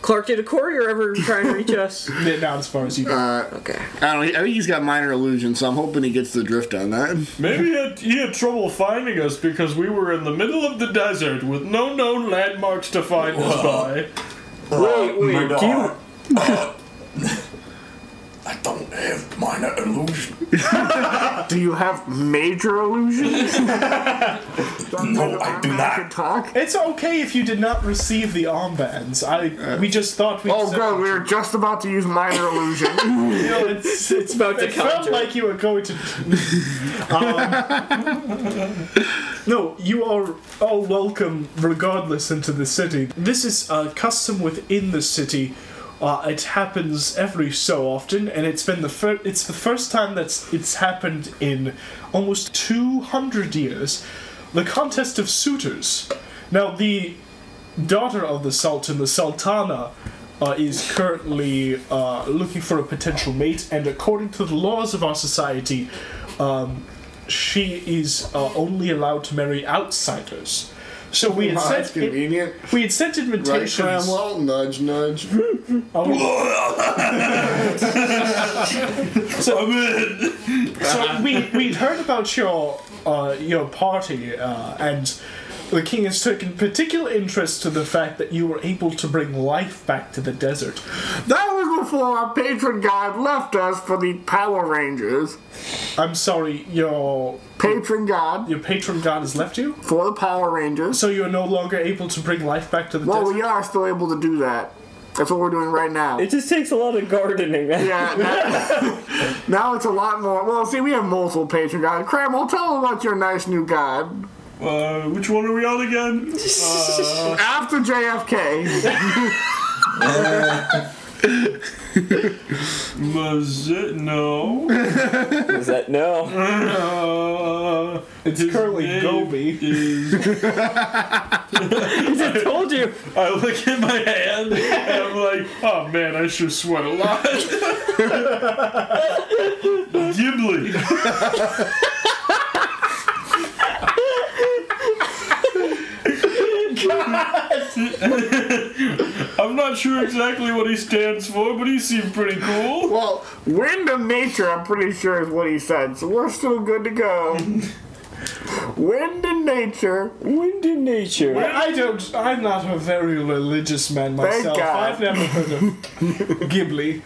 C: Clark, did a courier ever try and
G: [LAUGHS]
C: reach us?
A: Yeah, Not as far as you
H: Uh,
A: know.
C: Okay.
B: I don't. know, I think he's got minor illusions, so I'm hoping he gets the drift on that.
E: Maybe he had, he had trouble finding us because we were in the middle of the desert with no known landmarks to find us by.
C: Wait, wait,
D: Murdoch.
C: do you,
D: Uh, [LAUGHS] I don't have minor illusion.
H: Do you have major
D: [LAUGHS]
H: illusions?
D: No, I do
H: Could
D: not.
H: talk.
A: It's okay if you did not receive the armbands. I we just thought we.
H: Oh, good. We were just about to use
D: [LAUGHS]
H: minor illusion.
C: [LAUGHS]
A: You know, it's, it's
C: about to
A: it felt
C: counter.
A: like you were going
C: [LAUGHS]
A: to. Um, no, you are all welcome, regardless, into the city. This is a custom within the city Uh, it happens every so often, and it's been the fir- it's the first time that's it's happened in almost 200 years. The contest of suitors. Now the daughter of the Sultan, the Sultana, uh, is currently uh, looking for a potential mate, and according to the laws of our society, um, she is uh, only allowed to marry outsiders. So we had
B: Wow, that's
A: sent
B: convenient.
A: we had sent
B: Right,
A: invitations.
B: Cromwell? Nudge, nudge.
A: so,
B: [LAUGHS]
A: so we we'd heard about your uh, your party, uh, and the king has taken particular interest to the fact that you were able to bring life back to the desert.
B: That was before our patron god left us for the Power Rangers.
A: I'm sorry, your
B: Patron god
A: your patron god has left you,
B: for the Power Rangers.
A: so you are no longer able to bring life back to the
B: Well,
A: desert.
B: we are still able to do that. That's what we're doing right now.
G: It just takes a lot of gardening.
B: yeah, that- [LAUGHS] now it's a lot more. Well, see, we have multiple patron gods. Cramwell, tell them about your nice new god.
E: Uh, which one are we on again?
B: After JFK,
E: Was it no?
G: Is that no?
E: Uh, it's
A: currently Gobi.
E: Is,
G: I told you.
E: I look at my hand and I'm like, oh man, I sure sweat a lot. [LAUGHS] Ghibli. I'm not sure exactly what he stands for, but he seemed pretty cool.
B: well, wind of nature, I'm pretty sure is what he said. So we're still good to go. Wind in nature.
G: Wind in nature.
A: I don't. I'm not a very religious man myself.
B: God.
A: I've never
B: [LAUGHS]
A: heard of Ghibli.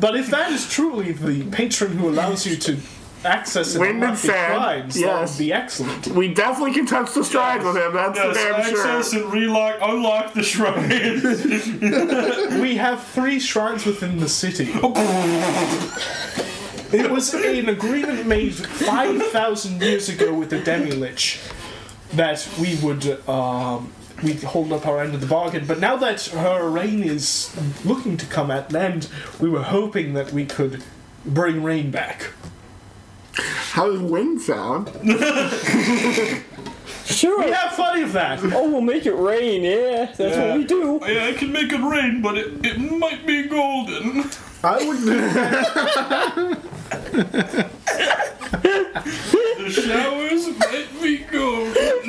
A: But if that is truly the patron who allows you to access and
B: Wind and
A: unlock the
B: sand,
A: crimes, that would
B: yes.
A: be excellent.
B: We definitely can touch the stride with him. That's for
E: Yes,
B: damn sure.
E: access and relock, unlock the shrine.
A: We have three shrines within the city. it was an agreement made five thousand years ago with the demi-lich that we would. Um, We'd hold up our end of the bargain, but now that her rain is looking to come at land, we were hoping that we could bring rain back.
B: How does wind sound?
A: We
G: Sure.
A: have plenty of that.
G: Oh, we'll make it rain. Yeah, that's what we do.
E: Yeah, I can make it rain, but it, it might be golden.
B: I would. [LAUGHS]
E: The showers might be golden.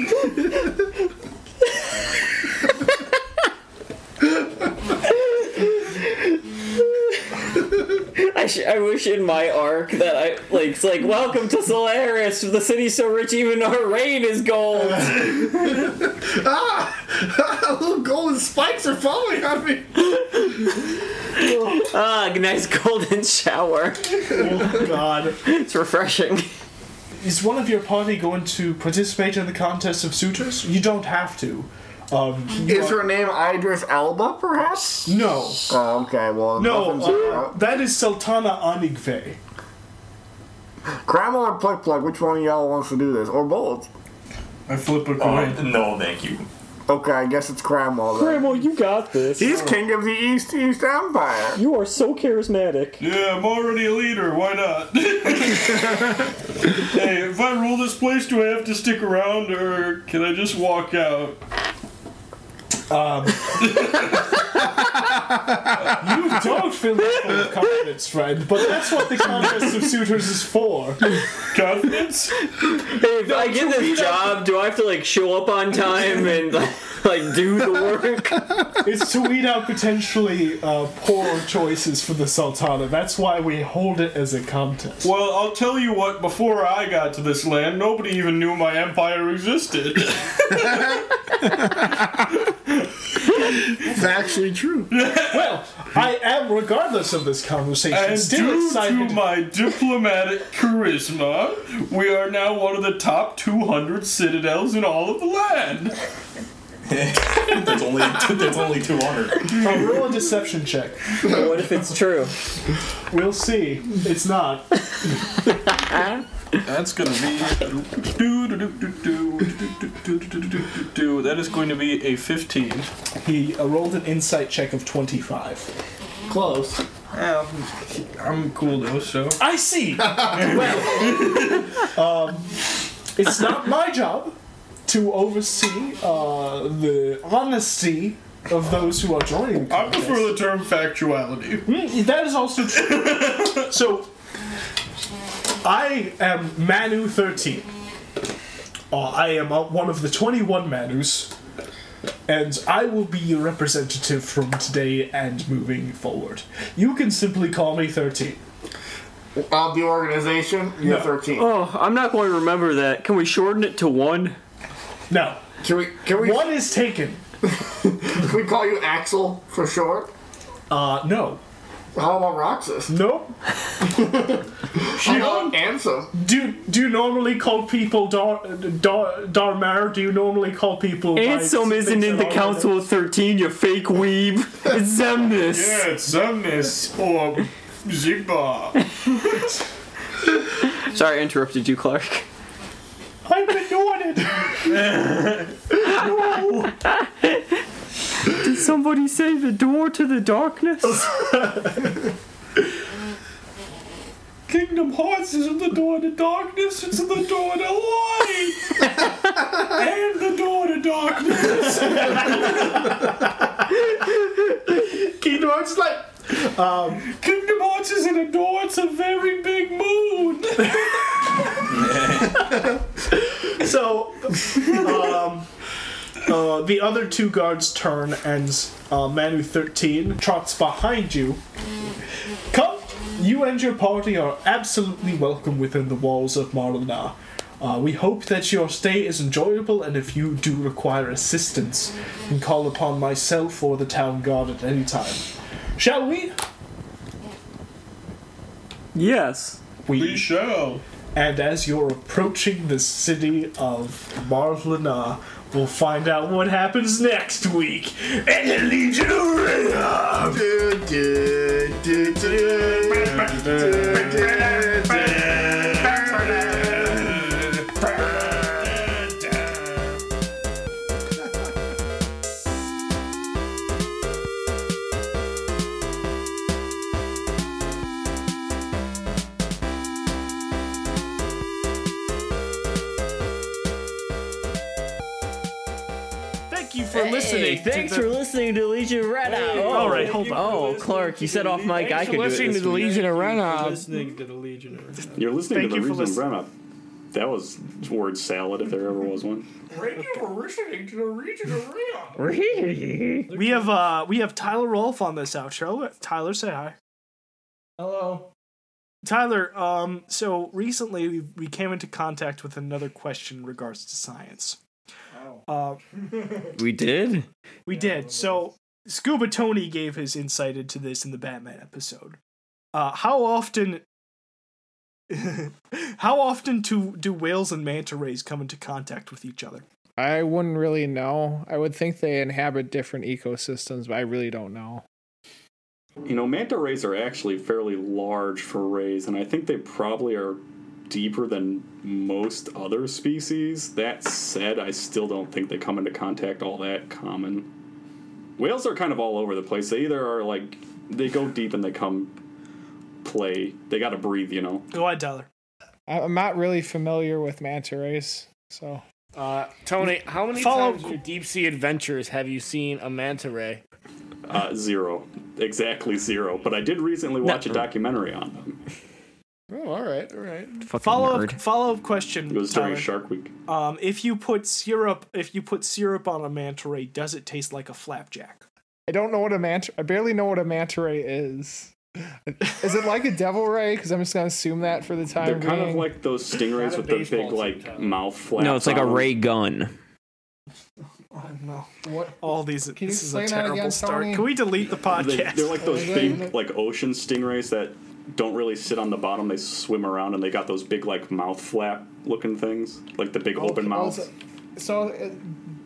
G: I, sh- I wish in my arc that I like it's like welcome to Solaris. The city's so rich, even our rain is [LAUGHS] gold.
B: Little golden spikes are falling on me.
G: Ah, nice golden shower.
A: Oh, God.
G: It's refreshing.
A: Is one of your party going to participate in the contest of suitors? You don't have to. Um, you
B: Is
A: are-
B: her name Idris Elba, perhaps?
A: No.
B: Oh, okay. Well,
A: No,
B: nothing's
A: uh,
B: out.
A: that is Sultana Anigve.
B: Grandma or Plug Plug, which one of y'all wants to do this? Or both?
E: I flip a
D: Uh,
E: coin.
D: no, thank you.
B: Okay, I guess it's Grandma then.
G: Grandma, you got this.
B: He's king of the East East Empire.
G: You are so charismatic.
E: Yeah, I'm already a leader. Why not? hey, if I rule this place, do I have to stick around, or can I just walk out?
A: You
E: [LAUGHS]
A: don't feel that full of confidence, friend, but that's what the contest of suitors is for.
E: Confidence?
G: Hey, if I get this job, do I have to like show up on time and [LAUGHS] like do the work?
A: It's to weed out potentially uh, poor choices for the Sultana. That's why we hold it as a contest.
E: Well, I'll tell you what. Before I got to this land, nobody even knew my empire existed. [LAUGHS]
H: It's actually true.
A: Well, I am, regardless of this conversation,
E: And
A: still
E: due
A: excited.
E: to my diplomatic charisma, we are now one of the top 200 citadels in all of the land.
D: That's only [LAUGHS] that's only two hundred.
A: Uh, roll a deception check.
G: What if it's true?
A: We'll see. It's not.
E: That's gonna be. That is going to be a 15.
A: He uh, rolled an insight check of 25.
B: close.
E: I'm cool though, so.
A: I see. well, um, it's not my job to oversee uh, the honesty of those who are joining.
E: I prefer the term factuality.
A: Mm, That is also true. so, I am Manu 13. Uh, I am uh, one of the 21 Manus, and I will be your representative from today and moving forward. You can simply call me 13.
B: Of the organization, you're
A: No.
B: 13.
G: Oh, I'm not going to remember that. Can we shorten it to one?
A: No.
B: Can we can we
A: One is taken.
B: can we call you Axel for short?
A: Uh, no.
B: How about Roxas?
A: Nope.
B: How about Ansem?
A: Um, Do do you normally call people Dar, Dar Darmar? Do you normally call people? by
G: Ansem
A: things
G: isn't in
A: that
G: the
A: are-
G: Council of 13, you fake weeb. It's Zemnis.
C: [LAUGHS]
E: Yeah, it's Zemnis or Zigba.
G: Sorry I interrupted you, Clark.
A: I've been doing it.
G: Did somebody say the door to the darkness?
E: Kingdom Hearts isn't the door to darkness, it's the door to
A: [LAUGHS]
E: light! and the door to darkness!
A: Kingdom Hearts like um,
E: Kingdom Hearts isn't a door, it's a very big moon!
A: [LAUGHS] so. Um, uh, the other two guards turn, and uh, Manu thirteen trots behind you. Come, you and your party are absolutely welcome within the walls of Marlena. Uh, we hope that your stay is enjoyable, and if you do require assistance, you can call upon myself or the town guard at any time. Shall we?
G: yes.
E: We shall.
A: And as you're approaching the city of Marlena, we'll find out what happens next week. And the Legion of Rhea! Thank you for listening. to
C: Thanks
A: the-
C: for listening to Legion Red Eye. Oh,
A: All right, hold on.
C: Oh, Clark, you set off mic. I could do it. this week.
B: Legion of
E: Listening to the Legion of Rhea.
O: You're listening
A: Thank
O: to
A: you
O: the
A: for
O: Reason
A: listening.
O: Run Up. That was word salad if there ever was one.
A: We have uh, we have Tyler Rolfe on this outro. Tyler, say hi.
E: Hello.
A: Tyler, um, so recently we, we came into contact with another question in regards to science. Uh,
C: We did?
A: we did. So Scuba Tony gave his insight into this in the Batman episode. Uh, how often, [LAUGHS] how often do do whales and manta rays come into contact with each other?
P: I wouldn't really know. I would think they inhabit different ecosystems, but I really don't know.
O: You know, manta rays are actually fairly large for rays, and I think they probably are deeper than most other species. That said, I still don't think they come into contact all that common. Whales are kind of all over the place. They either are like they go deep and they come play. They got to breathe, you know.
A: Go ahead, Tyler.
P: I- I'm not really familiar with manta rays, so
Q: Uh, Tony, how many
A: Follow-
Q: times in your deep sea adventures have you seen a manta ray?
O: Uh, zero, exactly zero. But I did recently watch a documentary on them.
P: oh, all right, all right.
C: Fucking
A: Follow up,
C: nerd.
A: follow up question.
O: It was during
A: Tyler.
O: Shark Week.
A: Um, if you put syrup, if you put syrup on a manta ray, does it taste like a flapjack?
P: I don't know what a manta. I barely know what a manta ray is. Is it like a devil ray? Because I'm just gonna assume that for the time
O: They're kind of
P: being.
O: like those stingrays with the big like mouth flaps.
C: No, it's like a
O: on them.
C: ray gun.
A: I don't know.
P: what?
A: All these.
P: you
A: this is a
P: explain that
A: terrible
P: again,
A: start.
P: Tony?
A: Can we delete the
O: [LAUGHS] They,
A: podcast?
O: they're like those
P: Yeah.
O: big like ocean stingrays that don't really sit on the bottom. They swim around and they got those big like mouth flap looking things, like the big open mouths.
P: So, uh,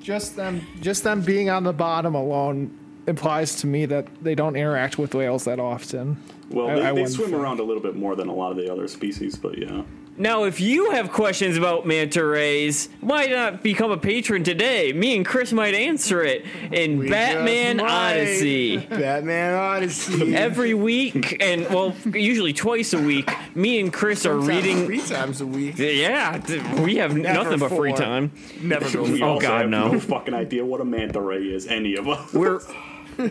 P: just them, just them being on the bottom alone implies to me that they don't interact with whales that often.
O: Well,
P: I-
O: they,
P: I
O: they
P: wouldn't
O: swim
P: think.
O: around a little bit more than a lot of the other species, but yeah.
C: Now, if you have questions about manta rays, why not become a patron today? Me and Chris might answer it in Batman
Q: might.
C: Odyssey.
Q: Batman Odyssey.
C: Every week, and well, usually twice a week, me and Chris are
Q: Sometimes
C: reading.
Q: three
B: times a week.
C: Yeah, th- we have
O: Never
C: nothing but free
O: four.
C: time. [LAUGHS]
O: We
C: oh
O: also
C: God,
O: have
C: no.
O: No fucking idea what a manta ray is. Any of
C: [LAUGHS]
O: us.
C: We're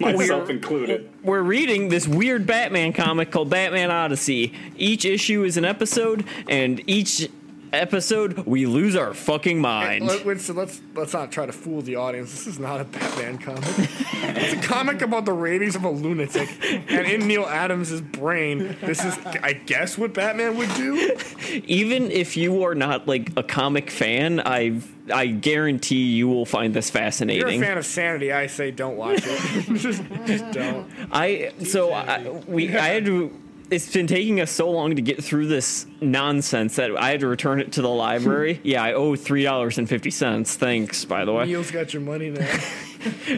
O: myself [LAUGHS] included.
C: we're reading this weird Batman comic called Batman Odyssey. Each issue is an episode, and each episode we lose our fucking mind.
P: Let, us let's let's not try to fool the audience. This is not a Batman comic. it's a comic about the rabies of a lunatic, and in Neil Adams' brain, this is, I guess, what Batman would do.
C: Even if you are not like a comic fan, I I guarantee you will find this
P: If you're a
C: fascinating.
P: fan of sanity, I say don't watch it. just, just don't.
C: I so I, we I had to. It's been taking us so long to get through this nonsense that I had to return it to the
P: [LAUGHS]
C: library. yeah, I owe three dollars and fifty cents. Thanks, by the way.
P: Neil's got your money now.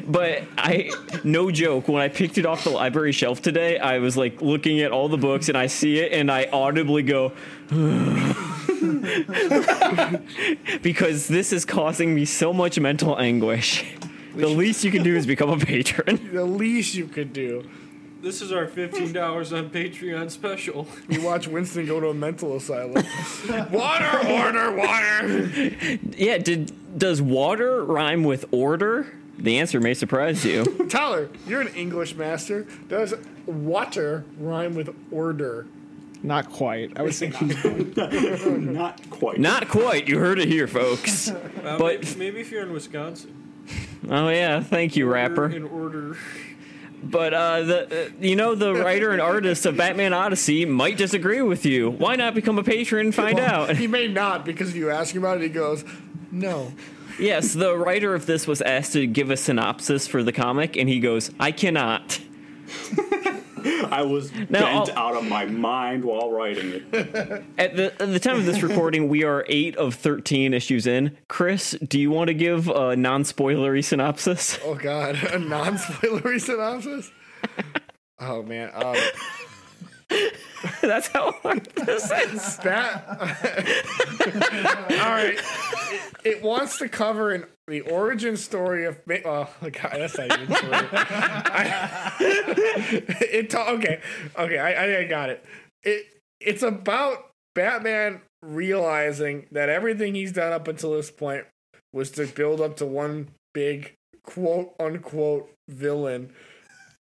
C: But I, no joke, when I picked it off the library shelf today, I was like looking at all the books and I see it and I audibly go, [LAUGHS] because this is causing me so much mental anguish. The least you can do is become a patron. [LAUGHS]
P: The least you could do.
E: This is our fifteen dollars on Patreon special.
P: You watch Winston go to a mental asylum. water, order, water.
C: Yeah, did does water rhyme with order? The answer may surprise
P: [LAUGHS]
C: you.
P: Tyler, you're an English master. Does water rhyme with order? Not quite. I was thinking.
O: not quite.
C: Not quite. You heard it here, folks.
E: Uh,
C: But
E: maybe, maybe if you're in Wisconsin,
C: oh yeah, thank you,
E: You're
C: rapper.
E: in order.
C: But uh, the uh, you know the writer and artist of Batman Odyssey might disagree with you. Why not become a patron and find
P: Well,
C: out? [LAUGHS]
P: He may not because if you ask him about it, he goes, "No."
C: yes, the writer of this was asked to give a synopsis for the comic, and he goes, "I cannot."
O: I was
C: Now,
O: bent out of my mind while writing it.
C: At the at the time of this recording, we are eight of thirteen issues in. Chris, do you want to give a non-spoilery synopsis? [LAUGHS]
P: Oh God, [LAUGHS] a non-spoilery synopsis. Oh man, um,
C: that's how hard this is.
P: That. [LAUGHS] All right, it, it wants to cover an, the origin story of. Ma- Oh [LAUGHS] God, that's not even true. I- [LAUGHS] it ta- okay, okay, I, I, I got it. It it's about Batman realizing that everything he's done up until this point was to build up to one big quote unquote villain.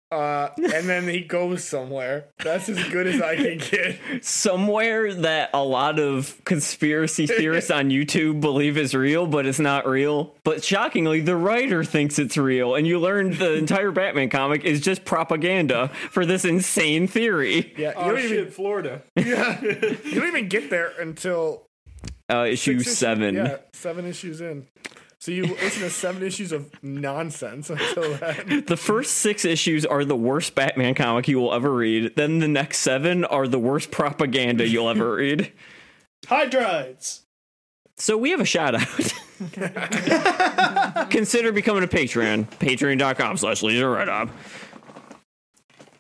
P: Uh, and then he goes somewhere. That's as good as I can get.
C: somewhere that a lot of conspiracy theorists on YouTube believe is real, but it's not real. But shockingly, the writer thinks it's real, and you learn the entire Batman comic is just propaganda for this insane theory.
P: [LAUGHS] Yeah,
E: Oh,
P: you don't
E: shit,
P: even
E: Florida.
P: yeah, you don't even get there until
C: Uh, issue
P: six issues-
C: seven.
P: Yeah, seven issues in. So you listen to seven issues of nonsense until then.
C: The first six issues are the worst Batman comic you will ever read. Then the next seven are the worst propaganda you'll ever read.
A: Hydrides.
C: So we have a shout out. Consider becoming a patron. Patreon.com slash leisure write up.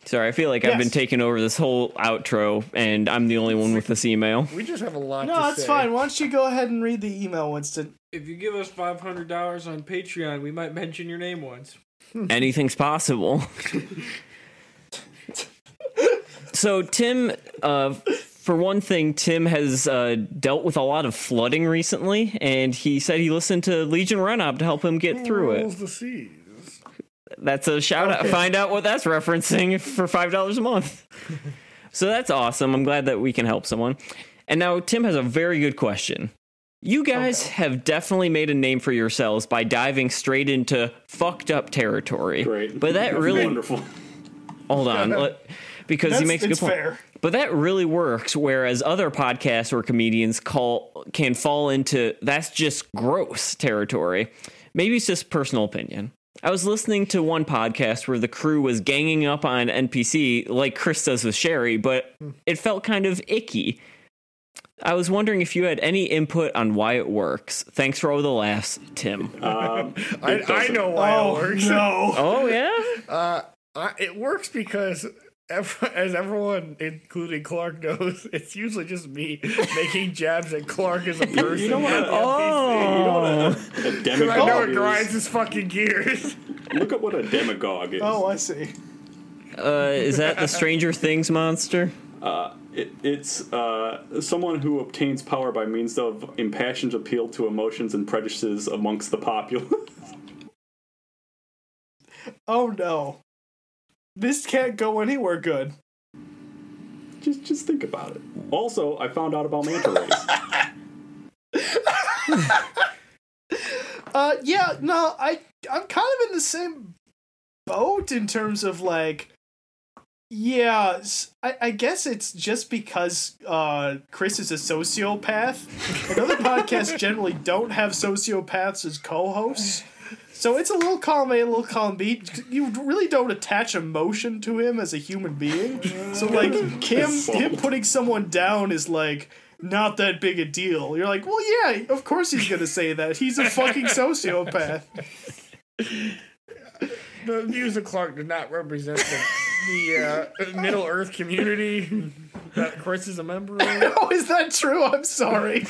C: Sorry, I feel like I've
A: Yes.
C: been taking over this whole outro and I'm the only one with this email.
P: We just have a lot.
A: No, that's fine. Why don't you go ahead and read the email, Winston?
E: If you give us five hundred dollars on Patreon, we might mention your name once.
C: Anything's possible. so Tim, uh, for one thing, Tim has uh, dealt with a lot of flooding recently, and he said he listened to Legion Run Up to help him get through it.
P: Rules the seas.
C: That's a shout out.
P: Okay.
C: Find out what that's referencing for five dollars a month. So that's awesome. I'm glad that we can help someone. And now Tim has a very good question. You guys have definitely made a name for yourselves by diving straight into fucked up territory.
O: Great.
C: But that
O: That's
C: really
O: wonderful.
C: hold on let- because he
A: That's-
C: makes a good
A: it's
C: point.
A: fair.
C: But that really works. Whereas other podcasts or comedians call can fall into that's just gross territory. Maybe it's just personal opinion. I was listening to one podcast where the crew was ganging up on NPC like Chris does with Sherry, but it felt kind of icky. I was wondering if you had any input on why it works. Thanks for all the laughs, Tim.
O: Um,
P: I, I know why it works.
C: Oh yeah.
P: Uh, I, it works because ev- [LAUGHS] as everyone, including Clark, knows, it's usually just me [LAUGHS] making jabs at Clark as a person.
O: You know
C: [LAUGHS]
O: what?
P: Oh,
O: A
P: I know
O: demagogue
P: it
O: is-
P: grinds his fucking gears.
O: Look up what a demagogue is.
A: Oh, I see.
C: Uh, is that the Stranger Things monster?
O: Uh, it, it's uh, someone who obtains power by means of impassioned appeal to emotions and prejudices amongst the populace.
A: Oh no. This can't go anywhere good.
O: [LAUGHS] just, just think about it. Also, I found out about
R: [LAUGHS]
O: manta rays.
A: Uh, yeah, no, I I'm kind of in the same boat in terms of like, yeah, s- I, I guess it's just because uh Chris is a sociopath. Another podcasts generally don't have sociopaths as co-hosts. So it's a little column A, a little column B. You really don't attach emotion to him as a human being. So
P: [LAUGHS]
A: like him him putting someone down is like not that big a deal. You're like, well, yeah, of course he's gonna say that. He's a
P: [LAUGHS]
A: fucking sociopath. [LAUGHS]
P: The views of Clark do not represent the, the uh, Middle Earth community that Chris is a member of.
A: Oh, is that true? I'm sorry.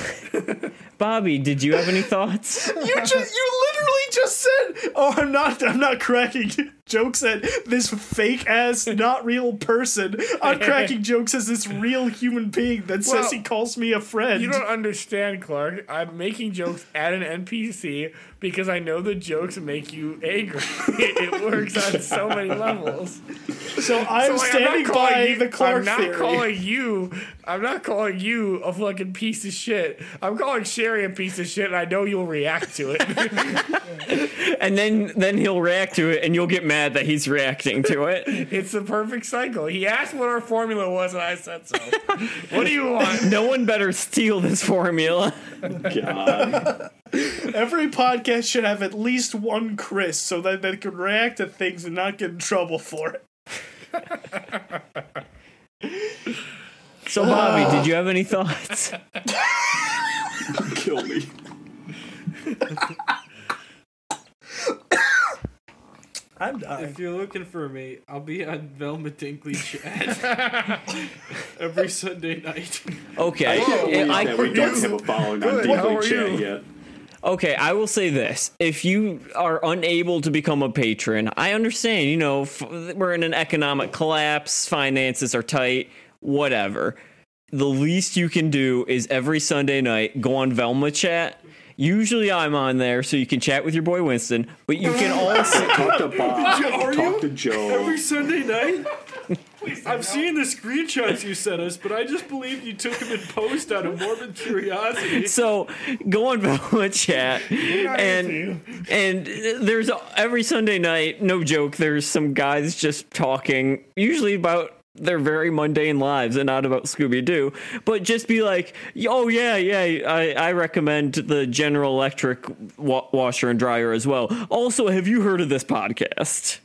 C: Bobby, did you have any thoughts?
P: [LAUGHS]
A: You just you literally just said, "Oh, I'm not I'm not cracking [LAUGHS] jokes at this fake ass not real person. I'm
P: [LAUGHS]
A: cracking jokes as this real human being that says
P: Well,
A: he calls me a friend."
P: You don't understand, Clark. I'm making jokes at an NPC because I know the jokes make you angry. it works on so many levels.
A: so I'm
P: like, not
A: standing
P: calling
A: by
P: you-
A: the Clark
P: I'm not
A: theory.
P: calling you. I'm not calling you a fucking piece of shit. I'm calling Sherry a piece of shit, and I know you'll react to it. [LAUGHS]
C: And then then he'll react to it, and you'll get mad that he's reacting to it.
P: it's the perfect cycle. He asked what our formula was, and I said so. what do you want?
C: No one better steal this formula.
O: God.
A: Every podcast should have at least one Chris so that they can react to things and not get in trouble for it.
C: So, Bobby, did you have any thoughts?
O: Kill me.
A: I'm dying.
R: If you're looking for me, I'll be on Velma Dinkley chat every Sunday night.
C: Okay.
O: believe
C: I-
O: that we don't have a following on
R: Good, how are
O: Deeply Chat
R: you?
O: yet.
C: Okay, I will say this. If you are unable to become a patron, I understand, you know, f- we're in an economic collapse, finances are tight, whatever. The least you can do is every Sunday night go on Velma chat. Usually I'm on there so you can chat with your boy Winston, but you
O: [LAUGHS]
C: can also
O: Talk to
R: [LAUGHS]
O: Bob.
R: Are
O: Talk
R: you?
O: to Joe.
R: Every Sunday night? I've seen the screenshots you sent us, but I just believe you took them in post out of morbid curiosity.
C: [LAUGHS] so go on Velma chat and and there's every Sunday night, no joke, there's some guys just talking usually about their very mundane lives and not about Scooby Doo, but just be like, oh yeah, yeah, I, I recommend the General Electric wa- washer and dryer as well. Also, have you heard of this podcast?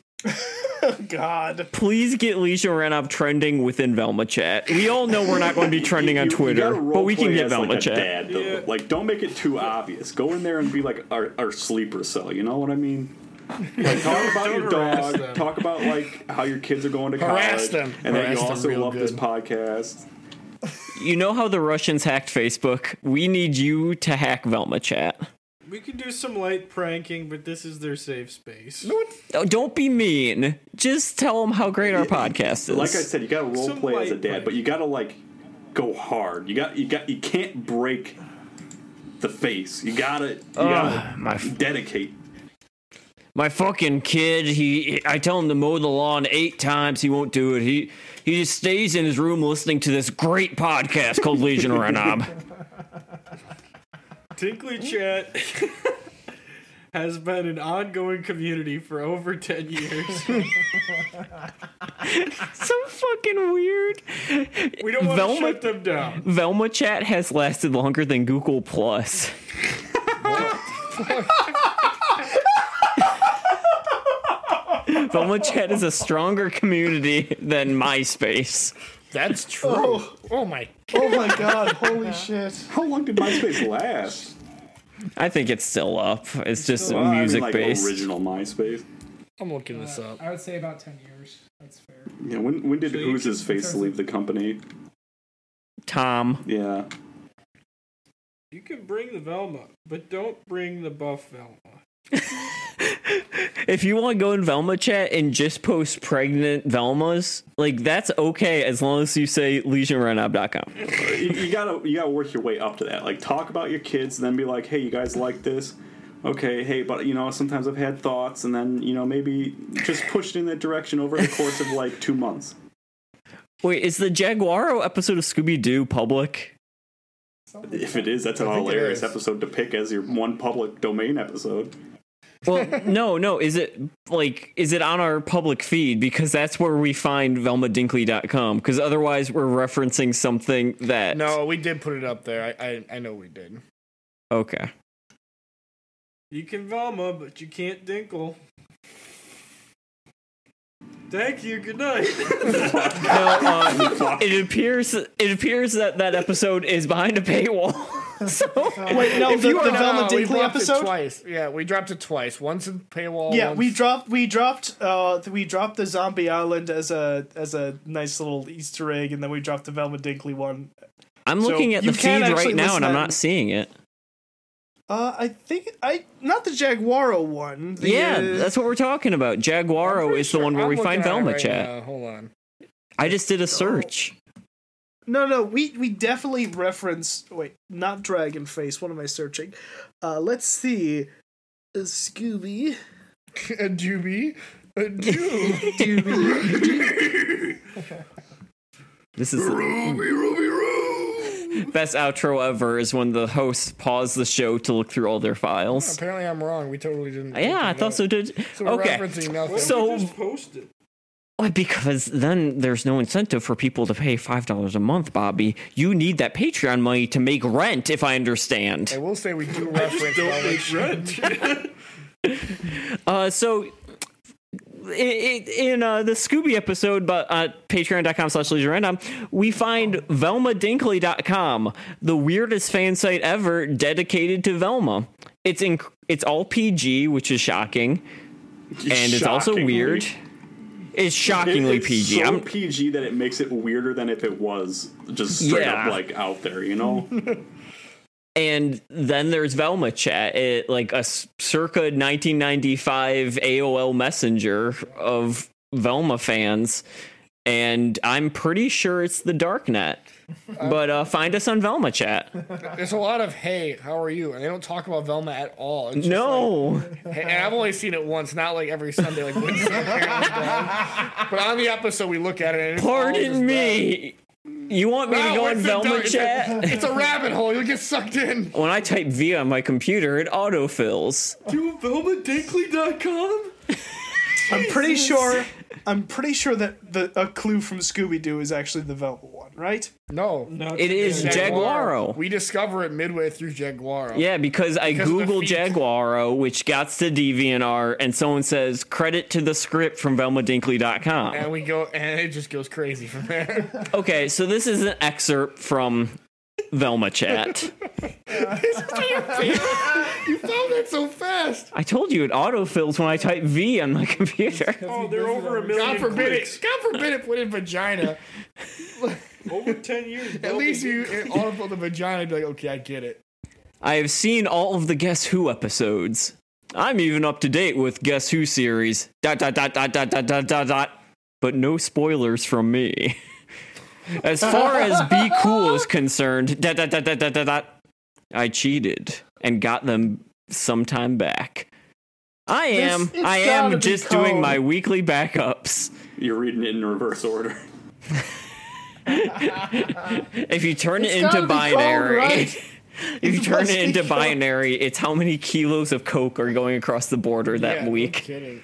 A: God.
C: Please get Leisha Ranov trending within Velma chat. We all know we're not going to be trending on Twitter,
O: You gotta
C: but we can
O: roleplay
C: get
O: as,
C: Velma
O: like, a
C: chat.
O: dad, though. Like, don't make it too obvious. Go in there and be like our, our sleeper cell. You know what I mean? Like, talk about your
R: harass
O: dog.
R: them.
O: Talk about like how your kids are going to college,
P: Harass them.
O: and that
H: Harass
O: you
H: them
O: also
H: real
O: love this
H: good.
O: podcast.
C: You know how the Russians hacked Facebook? We need you to hack Velma chat.
R: We can do some light pranking, but this is their safe space.
C: Oh, Don't be mean. Just tell them how great our podcast is.
O: Like I said, you gotta role
R: Some
O: play as a
R: light
O: dad, but you gotta like go hard. You got you got you can't break the face. You gotta you gotta
C: my f-
O: dedicate.
C: my fucking kid, he I tell him to mow the lawn 8 times, he won't do it. He he just stays in his room listening to this great podcast
O: [LAUGHS]
C: called Legion Renob.
R: Tinkly
S: Mm.
R: Chat
S: [LAUGHS]
R: has been an ongoing community for over 10 years.
C: [LAUGHS] so fucking weird.
R: We don't want to
C: Velma-
R: shut them down.
C: Velma chat has lasted longer than Google Plus. Velma chat is a stronger community than MySpace.
P: That's true.
A: Oh.
P: Oh, my.
A: Oh my god, holy shit.
O: How long did MySpace last?
C: I think it's still up. It's just
O: Well, I mean,
C: music
O: like,
C: based.
O: original MySpace.
P: I'm looking this
S: Uh, [LAUGHS]
P: up.
S: I would say about ten years. That's fair.
O: Yeah, when when did
S: So you
O: Who's
S: can-
O: His Face leave the company?
C: Tom.
O: Yeah.
R: You can bring the Velma, but don't bring the buff Velma.
C: If you want to go in Velma chat and just post pregnant Velmas, like that's okay as long as you say legionrenob.com.
O: you, you gotta you gotta work your way up to that. Like talk about your kids, then be like, hey, you guys like this. Okay, hey, but you know, sometimes I've had thoughts, and then you know, maybe just pushed in that direction over the course of like two months.
C: Wait, is the Jaguaro episode of Scooby Doo public?
O: If it is, that's a
C: I think it
O: hilarious
C: is.
O: episode to pick as your one public domain episode.
P: [LAUGHS]
C: Well, no, no. Is it like is it on our public feed because that's where we find velmadinkley.com because otherwise we're referencing something that
P: No, we did put it up there. I I, I know we did.
C: Okay.
R: You can Velma, but you can't Dinkle. Thank you. Good
S: [LAUGHS]
R: night.
C: No, um, it appears it appears that that episode is behind a paywall. [LAUGHS] so
A: [LAUGHS]
P: [LAUGHS]
A: Wait, no, the- Oh, the
P: are-
A: Velma
P: we
A: Dinkley
P: dropped it
A: episode?
P: twice. Yeah, we dropped it twice. Once in paywall.
A: yeah,
P: once-
A: we dropped we dropped uh th- we dropped the Zombie Island as a as a nice little Easter egg, and then we dropped the Velma Dinkley one.
C: I'm
A: So
C: looking at
A: you
C: the
A: can
C: feed
A: actually
C: right now
A: listen
C: and I'm
A: at-
C: not seeing it.
A: Uh, I think I not the Jaguaro one. the-
C: yeah, that's what we're talking about. Jaguaro is the one where
P: uh, I'm
C: we
P: looking
C: find
P: at it
C: Velma
P: right
C: chat.
P: now. Hold on.
C: I just did a search.
A: No, no, we we definitely reference. Wait, not Dragon Face. What am I searching? Uh, let's see. Uh, Scooby.
P: A
A: [LAUGHS]
P: doobie. A doob.
C: This is the best outro ever is when the hosts pause the show to look through all their files.
P: Apparently, I'm wrong. We totally didn't.
C: Yeah, I thought so did.
P: So we're
C: okay.
P: referencing nothing.
C: So
R: just post it.
C: Why, because then there's no incentive for people to pay five dollars a month, Bobby. You need that Patreon money to make rent, if I understand.
P: I will say we do
R: [LAUGHS]
P: reference Velma chat.
C: Uh, so i- i- in uh, the Scooby episode, but uh, patreon.com slash leisure random, we find velmadinkley.com, the weirdest fan site ever dedicated to Velma. It's in, it's all PG, which is shocking. And it's also
O: Shockingly.
C: weird. It's shockingly
O: [LAUGHS] It- it's
C: PG.
O: so
C: I'm,
O: PG that it makes it weirder than if it was just straight
C: Yeah.
O: up like out there,
C: [LAUGHS]
O: you know?
C: and then there's Velma chat, it, like a s- circa 1995 AOL Messenger of Velma fans, and I'm pretty sure it's the darknet. But uh, find us on Velma chat.
P: There's a lot of hey, how are you? And they don't talk about Velma at all. It's just
C: No,
P: like- and I've only seen it once, not like every Sunday, like when parents does. But on the episode, we look at it. and it's all just
C: pardon me. You want me to
P: Wow,
C: go on
P: it's a
C: Velma
P: dark- it's a-
C: chat?
P: It's a rabbit hole. You'll get sucked in.
C: When I type V on my computer, it autofills.
R: Do VelmaDinkley.com?
A: I'm pretty sure. I'm pretty sure that the a clue from Scooby Doo is actually the Velma one, right?
P: No,
R: no,
C: It is Jaguaro.
P: We discover it midway through Jaguaro.
C: Yeah, because I
P: Because of the
C: Googled
P: feet.
C: Jaguaro, which got to DeviantArt, and someone says credit to the script from VelmaDinkley.com.
P: And we go, and it just goes crazy
A: [LAUGHS]
P: from there.
C: Okay, so this is an excerpt from Velma Chat.
P: [LAUGHS] you found that so fast.
C: I told you it autofills when I type V on my
P: [LAUGHS]
C: computer.
R: Oh, they're over a million.
P: God forbid
R: clicks.
P: it. God forbid it put
A: [LAUGHS]
P: in vagina.
R: Over ten years.
P: At least you it audible the vagina. Be like, okay, I get it.
C: I have seen all of the Guess Who episodes. I'm even up to date with Guess Who series. Dot dot dot dot dot dot dot dot dot. But no spoilers from me. [LAUGHS] As far as Be Cool is concerned, dot dot dot dot dot dot dot. I cheated and got them sometime back. I
O: This-
C: am.
O: it's
C: I
O: gotta
C: am
O: be
C: just doing
O: called-
C: my weekly backups.
O: You're reading it in reverse order.
C: If you turn
O: It's
C: it
O: gotta
C: into
O: be
C: binary, [LAUGHS]
O: called, right?
C: if you
O: It
C: turn
O: must
C: it
O: be
C: into
O: called.
C: binary, it's how many kilos of coke are going across the border that
P: Yeah,
C: week.
P: No kidding.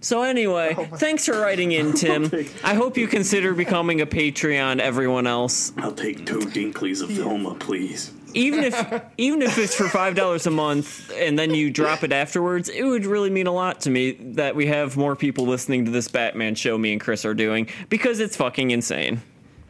C: So anyway,
O: Oh
C: thanks for writing
O: [LAUGHS]
C: in, Tim. I hope you consider becoming a Patreon. Everyone else,
O: I'll take two
A: Mm.
O: Dinkleys of Velma, please.
C: even
P: [LAUGHS]
C: if even if it's for five dollars a month, and then you drop it afterwards, it would really mean a lot to me that we have more people listening to this Batman show me and Chris are doing because it's fucking insane.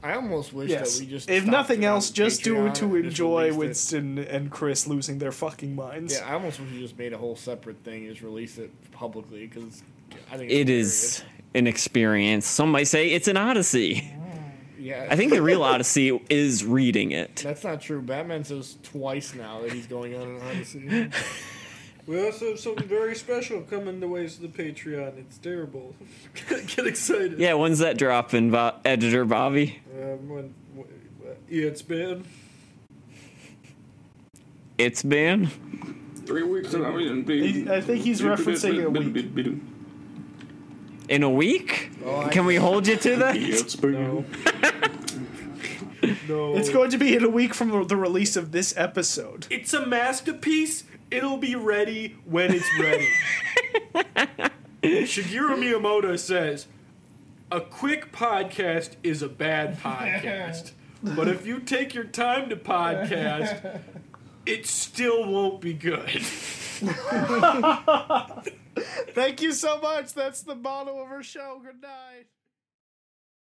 P: I almost wish that we just.
A: if
P: stopped
A: nothing
P: it on
A: else, just do
P: Patreon
A: it to
P: and just
A: enjoy
P: released it.
A: Winston and Chris losing their fucking minds.
P: Yeah, I almost wish we just made a whole separate thing and just release it publicly because I think
C: It is an experience. Some might say it's an odyssey.
P: Yeah,
C: I think
A: [LAUGHS]
C: the real odyssey is reading it.
P: That's not true. Batman says twice now that he's going on an odyssey.
E: We also have something very special coming the ways of the Patreon. It's
R: [LAUGHS]
S: [LAUGHS]
E: terrible. Get excited.
C: Yeah, when's that dropping, Bo- editor Bobby?
E: Um, when, w- yeah, it's been
C: It's been.
O: Three weeks.
A: He- I think he's referencing a
O: week.
C: In a week?
A: Oh, I-
C: Can we hold you to that?
E: No.
A: It's going to be in a week from the- the release of this episode.
E: It's a masterpiece. It'll be ready when it's ready. Shigeru Miyamoto says, "A quick podcast is a bad podcast, but if you take your time to podcast, it still won't be good."
A: Thank you so much. That's the motto of our show. Good night.